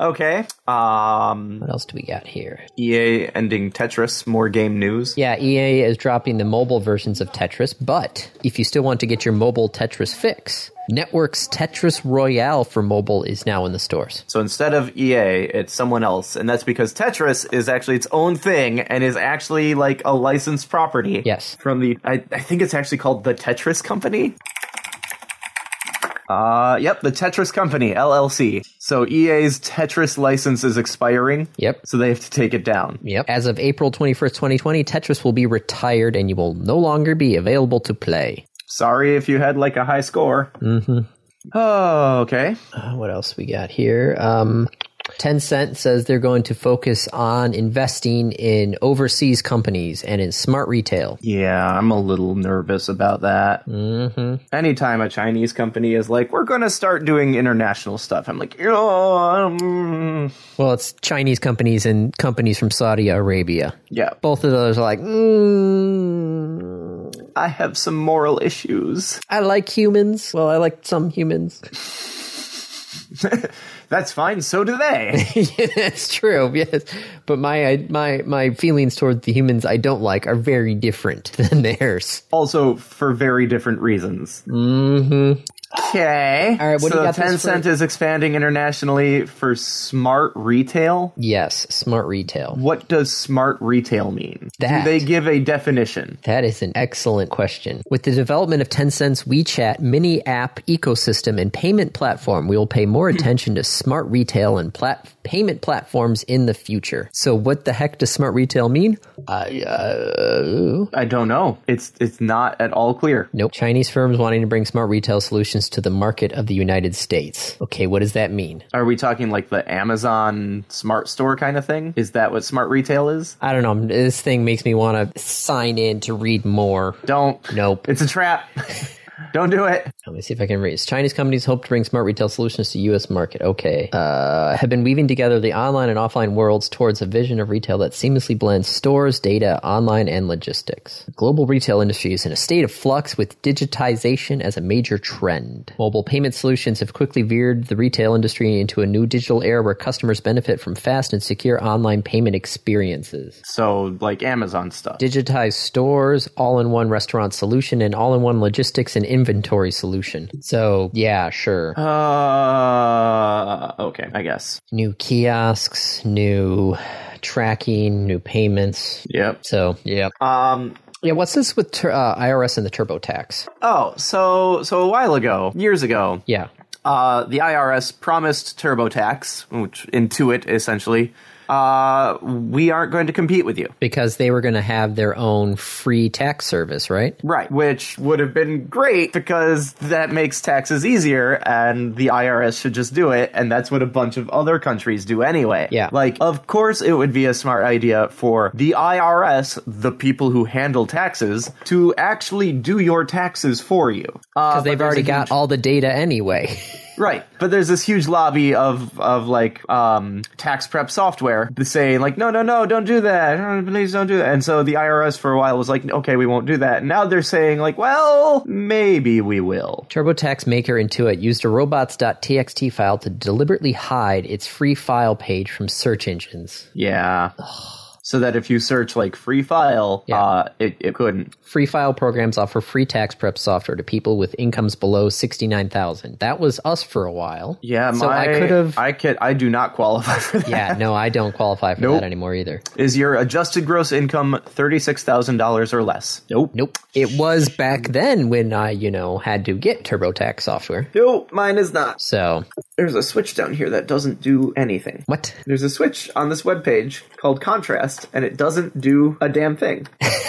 okay. Um,
what else do we got here?
EA ending Tetris. More game news.
Yeah, EA is dropping the mobile versions of Tetris, but if you still want to get your mobile Tetris fix, Network's Tetris Royale for mobile is now in the stores.
So instead of EA, it's someone else, and that's because Tetris is actually its own thing and is actually like a licensed property.
Yes.
From the, I, I think it's actually called the Tetris Company. Uh, yep, the Tetris Company LLC. So EA's Tetris license is expiring.
Yep.
So they have to take it down.
Yep. As of April 21st, 2020, Tetris will be retired and you will no longer be available to play.
Sorry if you had like a high score. Mm-hmm. Oh, okay.
Uh, what else we got here? Um, Tencent says they're going to focus on investing in overseas companies and in smart retail.
Yeah, I'm a little nervous about that.
Mm-hmm.
Anytime a Chinese company is like, we're going to start doing international stuff, I'm like, oh, um,
Well, it's Chinese companies and companies from Saudi Arabia.
yeah,
Both of those are like, mm,
I have some moral issues.
I like humans. Well, I like some humans. [LAUGHS]
That's fine, so do
[LAUGHS]
they.
yeah, that's true. Yes, but my my my feelings toward the humans I don't like are very different [LAUGHS] than theirs.
Also, for very different reasons. Mm-hmm. Okay.
All right, what do
so
you got this
Tencent
for-
is expanding internationally for smart retail.
Yes, smart retail.
What does smart retail mean?
That.
Do they give a definition?
That is an excellent question. With the development of Tencent's WeChat mini app ecosystem and payment platform, we will pay more attention to smart retail and plat- payment platforms in the future. So, what the heck does smart retail mean? I, uh,
I don't know. It's it's not at all clear.
nope. Chinese firms wanting to bring smart retail solutions to the market of the United States. Okay, what does that mean?
Are we talking like the Amazon smart store kind of thing? Is that what smart retail is?
I don't know. This thing makes me want to sign in to read more.
Don't.
Nope.
It's a trap. [LAUGHS] don't do it.
Let me see if I can read. this. Chinese companies hope to bring smart retail solutions to U.S. market. Okay, uh, have been weaving together the online and offline worlds towards a vision of retail that seamlessly blends stores, data, online, and logistics. The global retail industry is in a state of flux with digitization as a major trend. Mobile payment solutions have quickly veered the retail industry into a new digital era where customers benefit from fast and secure online payment experiences
So like Amazon stuff.
digitized stores, all in one restaurant solution, and all in one logistics and inventory solution. So, yeah, sure.
Uh okay, I guess.
New kiosks, new tracking, new payments.
Yep.
So, yeah.
Um
Yeah, what's this with tur- uh, IRS and the TurboTax?
oh, so so a while ago, years ago,
Yeah.
uh, the IRS promised TurboTax, which Intuit essentially, uh, we aren't going to compete with you.
because they were going to have their own free tax service, right?
Right, which would have been great because that makes taxes easier and the IRS should just do it and that's what a bunch of other countries do anyway.
Yeah.
Like of course it would be a smart idea for the IRS, the people who handle taxes, to actually do your taxes for you. Uh,
Because they've
but there's
already
a
got all the data anyway. [LAUGHS]
Right, but there's this huge lobby of of like um, tax prep software saying like, no, no, no, don't do that, Uh, please don't do that. And so the IRS for a while was like, okay, we won't do that. And now they're saying like, well, maybe we will.
TurboTax maker Intuit used a robots.txt file to deliberately hide its free file page from search engines. [SIGHS]
Yeah. So that if you search like free file,
Yeah.
uh, it, it couldn't.
Free file programs offer free tax prep software to people with incomes below 69,000. That was us for a while.
Yeah,
So
my,
I could have
I could. I do not qualify [LAUGHS] for that.
Yeah, no, I don't qualify for
Nope.
that anymore either.
Is your adjusted gross income thirty six thousand dollars or less? Nope.
Nope. It was back then when I, you know, had to get TurboTax software.
Nope. Mine is not.
So,
There's a switch down here that doesn't do anything.
what?
There's a switch on this webpage called contrast, and it doesn't do a damn
[LAUGHS]
thing. it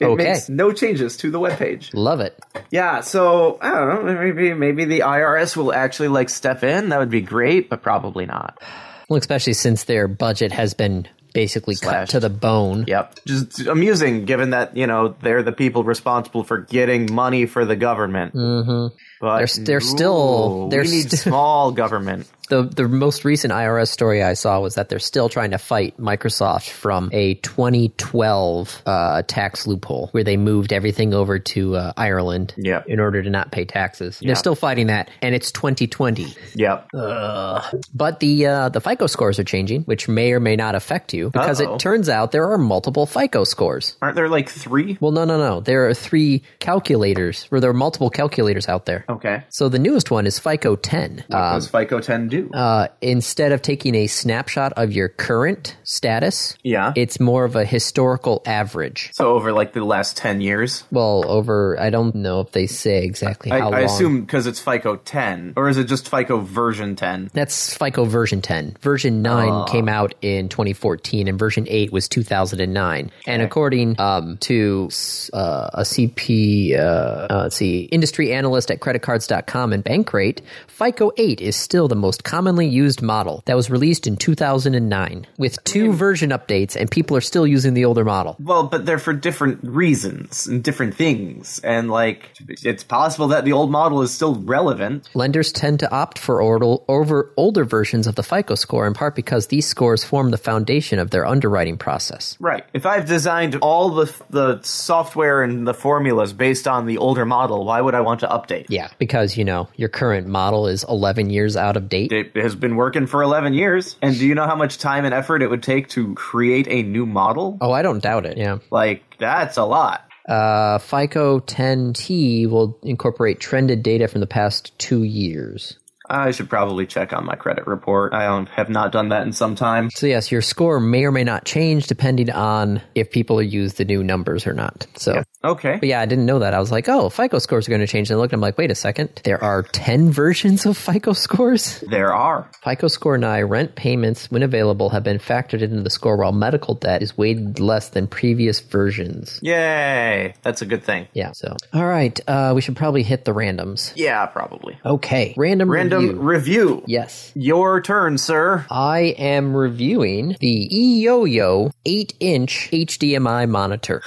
Okay.
makes no changes to the webpage.
Love it.
Yeah, so I don't know. Maybe maybe the IRS will actually like step in. That would be great, but probably not.
Well, especially since their budget has been basically cut
Slashed.
to the bone.
Yep. Just amusing, given that you know they're the people responsible for getting money for the government. Mm-hmm. But
They're s- they're still-
ooh,
they're
we need
st- [LAUGHS]
small government.
The the most recent IRS story I saw was that they're still trying to fight Microsoft from a 2012 uh, tax loophole where they moved everything over to uh, Ireland
Yeah.
in order to not pay taxes. They're still fighting that, and it's 2020.
Yep.
But the uh, the FICO scores are changing, which may or may not affect you because
Uh-oh.
it turns out there are multiple FICO scores.
Aren't there like three?
Well, no, no, no. There are three calculators, or there are multiple calculators out there.
Okay.
So the newest one is FICO 10. Uh,
What does FICO 10 do?
uh, instead of taking a snapshot of your current status,
Yeah.
it's more of a historical average.
so over like the last ten years.
Well, over I don't know if they say exactly
I,
how
I
long.
assume because it's FICO 10, or is it just FICO version 10?
that's FICO version 10. Version 9 came out in 2014 and version 8 was 2009. And according um, to uh, a CP, uh, uh, let's see, industry analyst at creditcards.com and Bankrate, FICO 8 is still the most commonly used model that was released in 2009 with two version updates and people are still using the older model.
Well, but they're for different reasons and different things, and like it's possible that the old model is still relevant.
Lenders tend to opt for oral, over older versions of the FICO score in part because these scores form the foundation of their underwriting process.
Right. If I've designed all the the software and the formulas based on the older model, why would I want to update?
Yeah, because you know your current model is 11 years out of date.
It has been working for 11 years, and do you know how much time and effort it would take to create a new model?
Oh, I don't doubt it. Yeah,
Like that's a lot.
uh, FICO 10T will incorporate trended data from the past two years.
I should probably check on my credit report. I don't, have not done that in some time.
So yes, your score may or may not change depending on if people use the new numbers or not. So,
Okay.
but yeah, I didn't know that. I was like, oh, FICO scores are going to change. And I looked, I'm like, wait a second, there are 10 [LAUGHS] versions of FICO scores.
There are.
FICO score and I rent payments, when available, have been factored into the score, while medical debt is weighted less than previous versions.
Yay! That's a good thing.
Yeah. So, all right, uh, we should probably hit the randoms.
Yeah, probably.
Okay, random
Random
review.
review.
yes,
Your turn, sir.
I am reviewing the EYOYO 8-inch HDMI monitor.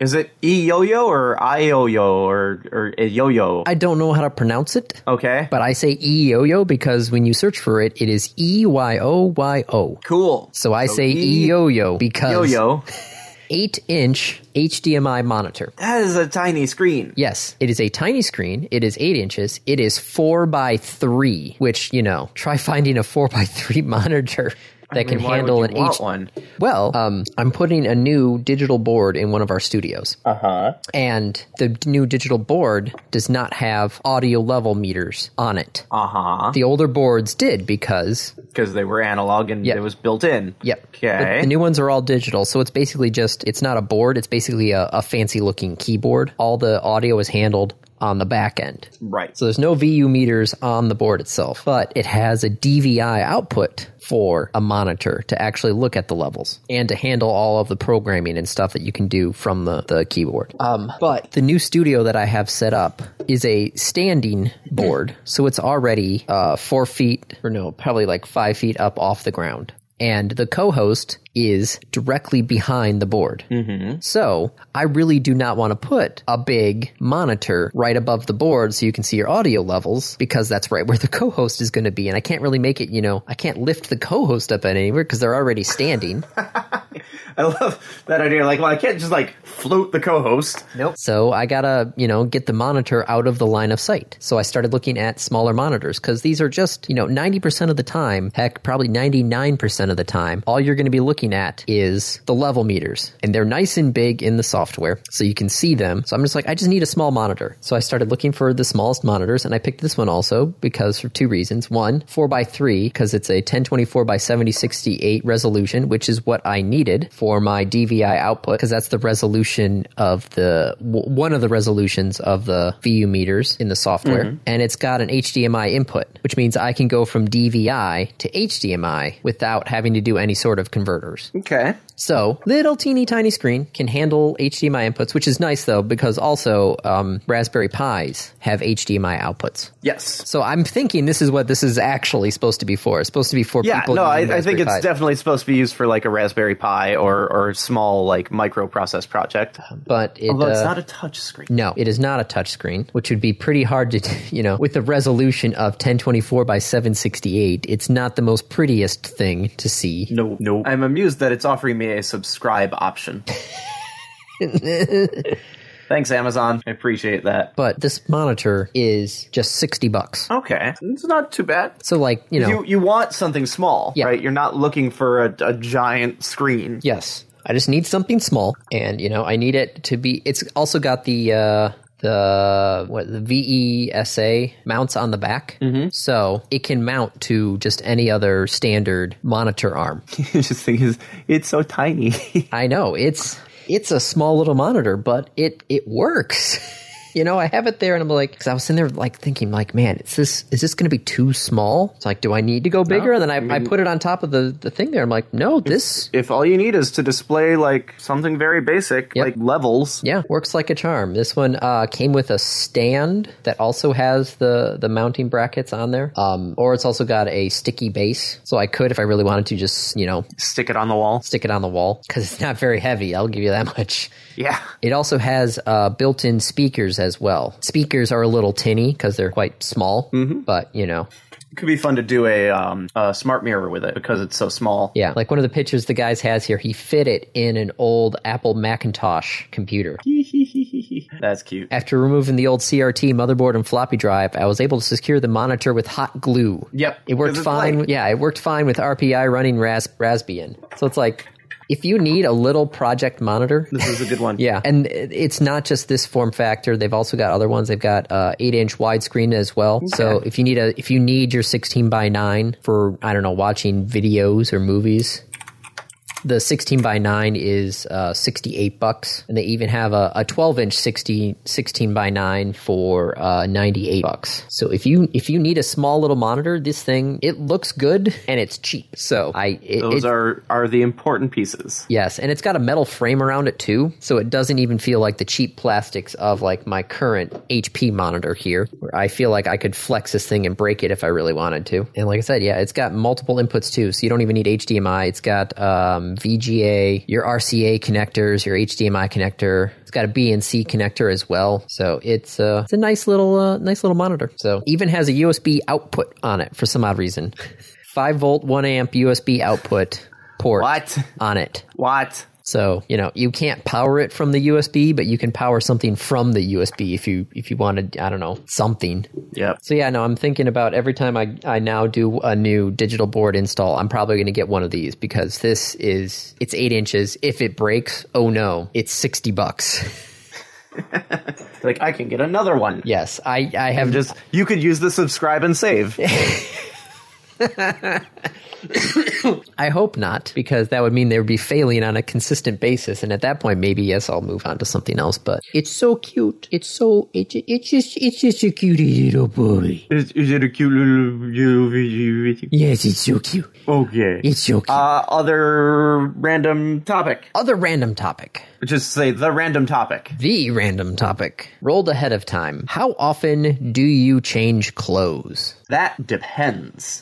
Is it E yo yo or I yo yo or or yo yo?
I don't know how to pronounce it,
Okay.
but I say EYOYO because when you search for it, it is E Y O Y O.
Cool.
So I say
E-
EYOYO because
Yo yo.
8-inch HDMI monitor.
That is a tiny screen.
Yes, it is a tiny screen. It is eight inches. It is four by three, which you know, try finding a four by three [LAUGHS] monitor that
I mean,
can
why would
handle
you
an
want
H-
one.
Well, um, I'm putting a new digital board in one of our studios,
Uh huh.
and the new digital board does not have audio level meters on it.
Uh huh.
The older boards did because
Because they were analog and
Yep.
it was built in.
Yep.
Okay.
The, the new ones are all digital, so it's basically just it's not a board. It's basically a, a fancy looking keyboard. All the audio is handled on the back end.
Right.
So there's no VU meters on the board itself, but it has a DVI output for a monitor to actually look at the levels and to handle all of the programming and stuff that you can do from the, the keyboard. Um, but the new studio that I have set up is a standing board. [CLEARS THROAT] So it's already uh, four feet, or no, probably like five feet up off the ground and the co-host is directly behind the board. Mm-hmm. So I really do not want to put a big monitor right above the board so you can see your audio levels because that's right where the co-host is going to be, and I can't really make it. You know, I can't lift the co-host up anywhere because they're already standing.
[LAUGHS] I love that idea. Like, well, I can't just like float the co-host.
Nope. So I gotta, you know, get the monitor out of the line of sight. So I started looking at smaller monitors because these are just, you know, 90% of the time, heck, probably 99% of the time, all you're gonna be looking at is the level meters. And they're nice and big in the software, so you can see them. So I'm just like, I just need a small monitor. So I started looking for the smallest monitors, and I picked this one also because for two reasons. One, 4x3, because it's a 1024 by 7068 resolution, which is what I needed for my DVI output, because that's the resolution of the w- one of the resolutions of the VU meters in the software, and it's got an HDMI input, which means I can go from DVI to HDMI without having to do any sort of converters.
Okay.
So little teeny tiny screen can handle HDMI inputs, which is nice though because also um, Raspberry Pis have HDMI outputs.
Yes.
So I'm thinking this is what this is actually supposed to be for. It's supposed to be for
Yeah.
people.
no, I,
using
I think
Raspberry
it's
Pis.
definitely supposed to be used for like a Raspberry Pi or or small like microprocess project.
but it,
Although it's
uh,
not a touch screen.
No, it is not a touchscreen, which would be pretty hard to, [LAUGHS] you know, with the resolution of 1024 by 768, it's not the most prettiest thing to see.
No, no. I'm amused that it's offering me a subscribe option. Thanks, Amazon. I appreciate that.
But this monitor is just 60 bucks.
Okay, it's not too bad.
So like, you know,
You you want something small,
Yeah.
right? You're not looking for a, a giant screen.
yes, I just need something small and, you know, I need it to be it's also got the uh the what the VESA mounts on the back, so it can mount to just any other standard monitor arm.
The just thing is, it's so tiny.
[LAUGHS] I know it's it's a small little monitor, but it it works. [LAUGHS] You know, I have it there, and I'm like, because I was in there, like thinking, like, man, is this is this going to be too small? It's like, do I need to go bigger? and then I, I put it on top of the the thing there. I'm like, no, this,
if all you need is to display like something very basic,
Yep.
like levels,
yeah, works like a charm. This one uh, came with a stand that also has the the mounting brackets on there, um, or it's also got a sticky base, so I could, if I really wanted to, just you know,
stick it on the wall.
stick it on the wall because it's not very heavy. I'll give you that [LAUGHS] much.
Yeah.
It also has uh, built-in speakers as well. Speakers are a little tinny because they're quite small, but you know,
It could be fun to do a, um, a smart mirror with it because it's so small.
yeah. Like one of the pictures the guys has here, he fit it in an old Apple Macintosh computer.
[LAUGHS] That's cute.
After removing the old CRT motherboard and floppy drive, I was able to secure the monitor with hot glue.
Yep,
it worked
'cause it's
fine.
light.
Yeah, it worked fine with RPI running Ras- Raspbian. So it's like, if you need a little project monitor,
This is a good one.
[LAUGHS] Yeah, and it- it's not just this form factor. They've also got other ones. They've got uh, eight inch widescreen as well. So if you need a if you need your sixteen by nine for I don't know watching videos or movies. The 16 by 9 is uh, 68 bucks, and they even have a, a 12 inch 60, 16 by 9 for uh, 98 bucks. So if you if you need a small little monitor, this thing it looks good and it's cheap. So I it,
Those
it-
are, are the important pieces.
Yes, and it's got a metal frame around it too, so it doesn't even feel like the cheap plastics of like my current HP monitor here, where I feel like I could flex this thing and break it if I really wanted to. And like I said, yeah, it's got multiple inputs too, so you don't even need HDMI. It's got um, VGA, your RCA connectors, your HDMI connector. It's got a BNC connector as well, so it's uh, it's a nice little uh, nice little monitor. So even has a USB output on it for some odd reason, [LAUGHS] five volt, one amp USB output. Port
What?
on it.
What?
So you know you can't power it from the USB, but you can power something from the USB if you if you wanted I don't know something.
Yep.
So yeah, no, I'm thinking about every time I I now do a new digital board install, I'm probably going to get one of these because this is it's eight inches. If it breaks, oh no, it's sixty bucks. [LAUGHS]
Like, I can get another one.
yes, I I have [LAUGHS]
Just, you could use the subscribe and save.
I hope not, because that would mean they would be failing on a consistent basis. And at that point, maybe yes, I'll move on to something else. But it's so cute. It's so it's it's just it's just a cutie little boy.
Is, is it a cute little
Yes, it's so cute.
Okay.
It's so cute.
Uh, other random topic.
Other random topic.
Just say the random topic.
The random topic rolled ahead of time. How often do you change clothes?
That depends.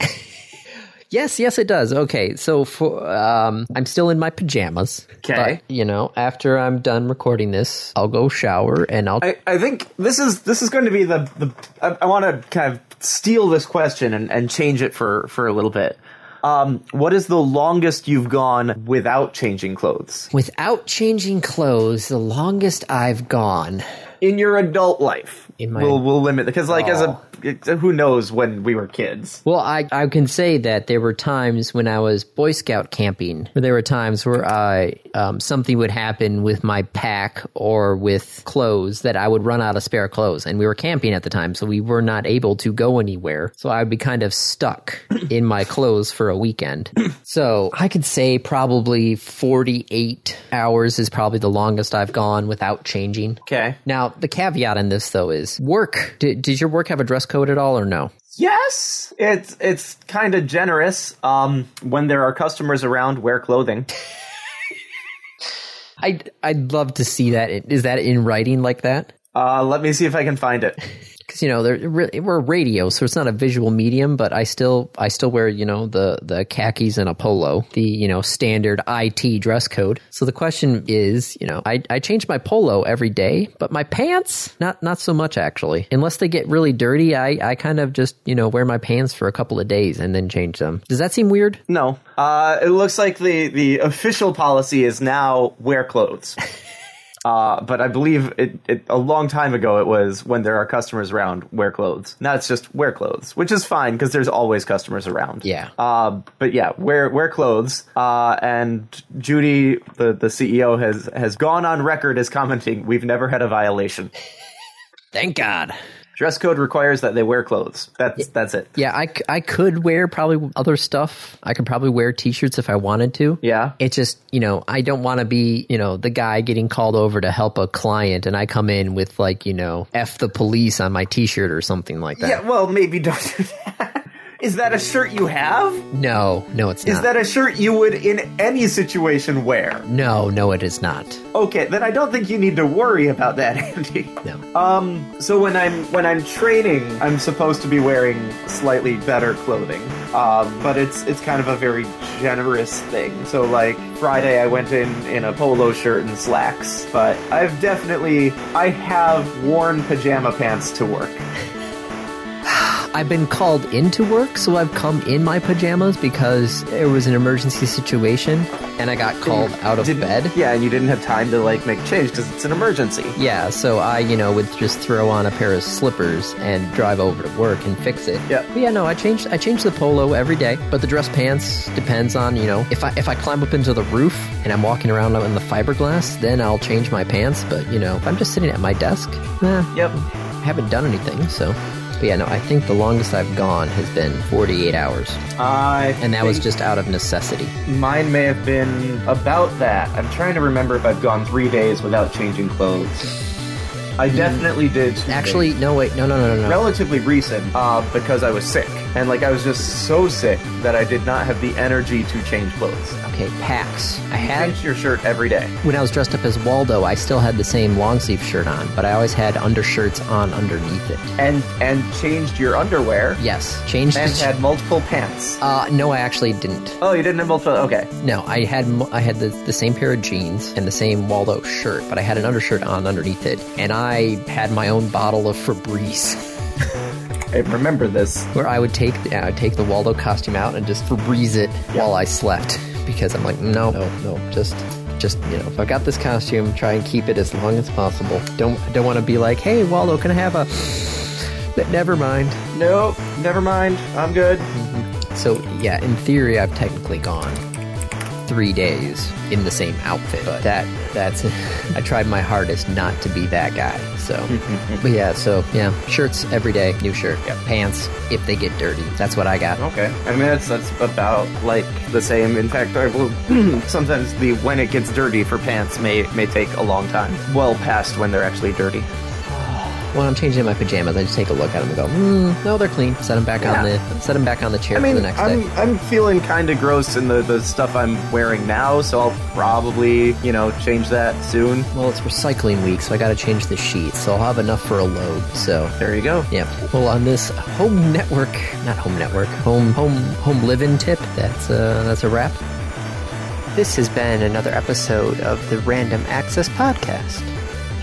Yes, yes, it does. Okay, so for um, I'm still in my pajamas.
'Kay.
but, you know, after I'm done recording this, I'll go shower and I'll.
I, I think this is this is going to be the the I, I want to kind of steal this question and, and change it for for a little bit. Um, what is the longest you've gone without changing clothes
Without changing clothes, the longest I've gone.
in your adult life?
In my- Oh.
we'll we'll limit because like as a it's- who knows when we were kids.
Well, I, I can say that there were times when I was Boy Scout camping where there were times where I um, something would happen with my pack or with clothes that I would run out of spare clothes, and we were camping at the time, so we were not able to go anywhere. So I'd be kind of stuck in my clothes for a weekend. So I could say probably forty eight hours is probably the longest I've gone without changing.
Okay.
Now the caveat in this though is work. Did, did your work have a dress code at all or no?
Yes, it's it's kind of generous. Um, when there are customers around, wear clothing.
I'd, I'd love to see that. Is that in writing like that?
Uh, let me see if I can find it.
Because you know they're, re- we're radio, so it's not a visual medium. But I still I still wear you know the the khakis and a polo, the you know standard IT dress code. So the question is, you know, I, I change my polo every day, but my pants not not so much actually. Unless they get really dirty, I I kind of just you know wear my pants for a couple of days and then change them. Does that seem weird?
No, uh, it looks like the the official policy is now
[LAUGHS]
wear clothes. Uh, but I believe it, it a long time ago it was when there are customers around, wear clothes. Now it's just wear clothes, which is fine because there's always customers around.
Yeah.
Uh, but yeah, wear wear clothes. Uh, and Judy, the, the CEO, has has gone on record as commenting, "We've never had a violation.
Thank God.
Dress code requires that they wear clothes. That's that's it.
Yeah, I, c- I could wear probably other stuff. I could probably wear t shirts if I wanted to.
Yeah.
It's just, you know, I don't want to be, you know, the guy getting called over to help a client and I come in with like, you know, F the police on my t shirt or something like that.
Yeah, well, maybe don't do that. [LAUGHS] Is that a shirt you have?
No, no, it's
Is
not.
that a shirt you would in any situation wear?
no, no, it is not.
Okay, then I don't think you need to worry about that, [LAUGHS] Andy.
No.
Um, so when I'm when I'm training, I'm supposed to be wearing slightly better clothing. Um, but it's it's kind of a very generous thing. So like Friday, I went in in a polo shirt and slacks, but I've definitely I have worn pajama pants to work.
I've been called into work, so I've come in my pajamas because there was an emergency situation and I got called out of
Didn't-
bed.
Yeah, and you didn't have time to like make change because it's an emergency.
Yeah, so I, you know, would just throw on a pair of slippers and drive over to work and fix it.
Yeah.
But yeah, no, I changed I changed the polo every day, but the dress pants depends on, you know, if I if I climb up into the roof and I'm walking around in the fiberglass, then I'll change my pants, but you know, if I'm just sitting at my desk, nah,
Yep.
I haven't done anything, so but yeah, no, I think the longest I've gone has been 48 hours,
I
and that was
think
just out of necessity.
mine may have been about that. I'm trying to remember if I've gone three days without changing clothes. I definitely did. two
Actually,
days.
no, wait, no, no, no, no, no.
relatively recent uh, because I was sick, and like I was just so sick that I did not have the energy to change clothes.
Okay, packs. I had
Change your shirt every day.
When I was dressed up as Waldo, I still had the same long sleeve shirt on, but I always had undershirts on underneath it.
and and changed your underwear
Yes, changed.
and
to-
had multiple
[LAUGHS]
pants.
uh, no, I actually didn't.
Oh, you didn't have multiple. Okay,
No, I had mu- I had the, the same pair of jeans and the same Waldo shirt, but I had an undershirt on underneath it, and I had my own bottle of Febreze, [LAUGHS]
I remember this.
where I would take the, I would take the Waldo costume out and just Febreze it while I slept, because I'm like, no, no, no, just. Just you know, if I've got this costume, try and keep it as long as possible. Don't don't want to be like, hey Waldo, can I have a? But never mind.
Nope, never mind. I'm good.
So yeah, in theory, I've technically gone three days in the same outfit. But that that's [LAUGHS] I tried my hardest not to be that guy. So, but yeah, so yeah, shirts every day, new shirt, pants if they get dirty. That's what I got.
Okay.
I mean, that's that's about like the same. In fact, I will, [CLEARS THROAT] sometimes the when it gets dirty for pants may may take a long time, well past when they're actually dirty.
When I'm changing my pajamas, I just take a look at them and go, mm, no, they're clean. Set them back on the set them back on the chair
I mean,
for the next
I'm
day.
I'm feeling kind of gross in the the stuff I'm wearing now, so I'll probably you know change that soon.
Well, it's recycling week, so I got to change the sheets. So I'll have enough for a load. So
There you go.
Yeah. Well, on this home network, not home network, home home home living tip. That's uh, that's a wrap. This has been another episode of the Random Access Podcast. If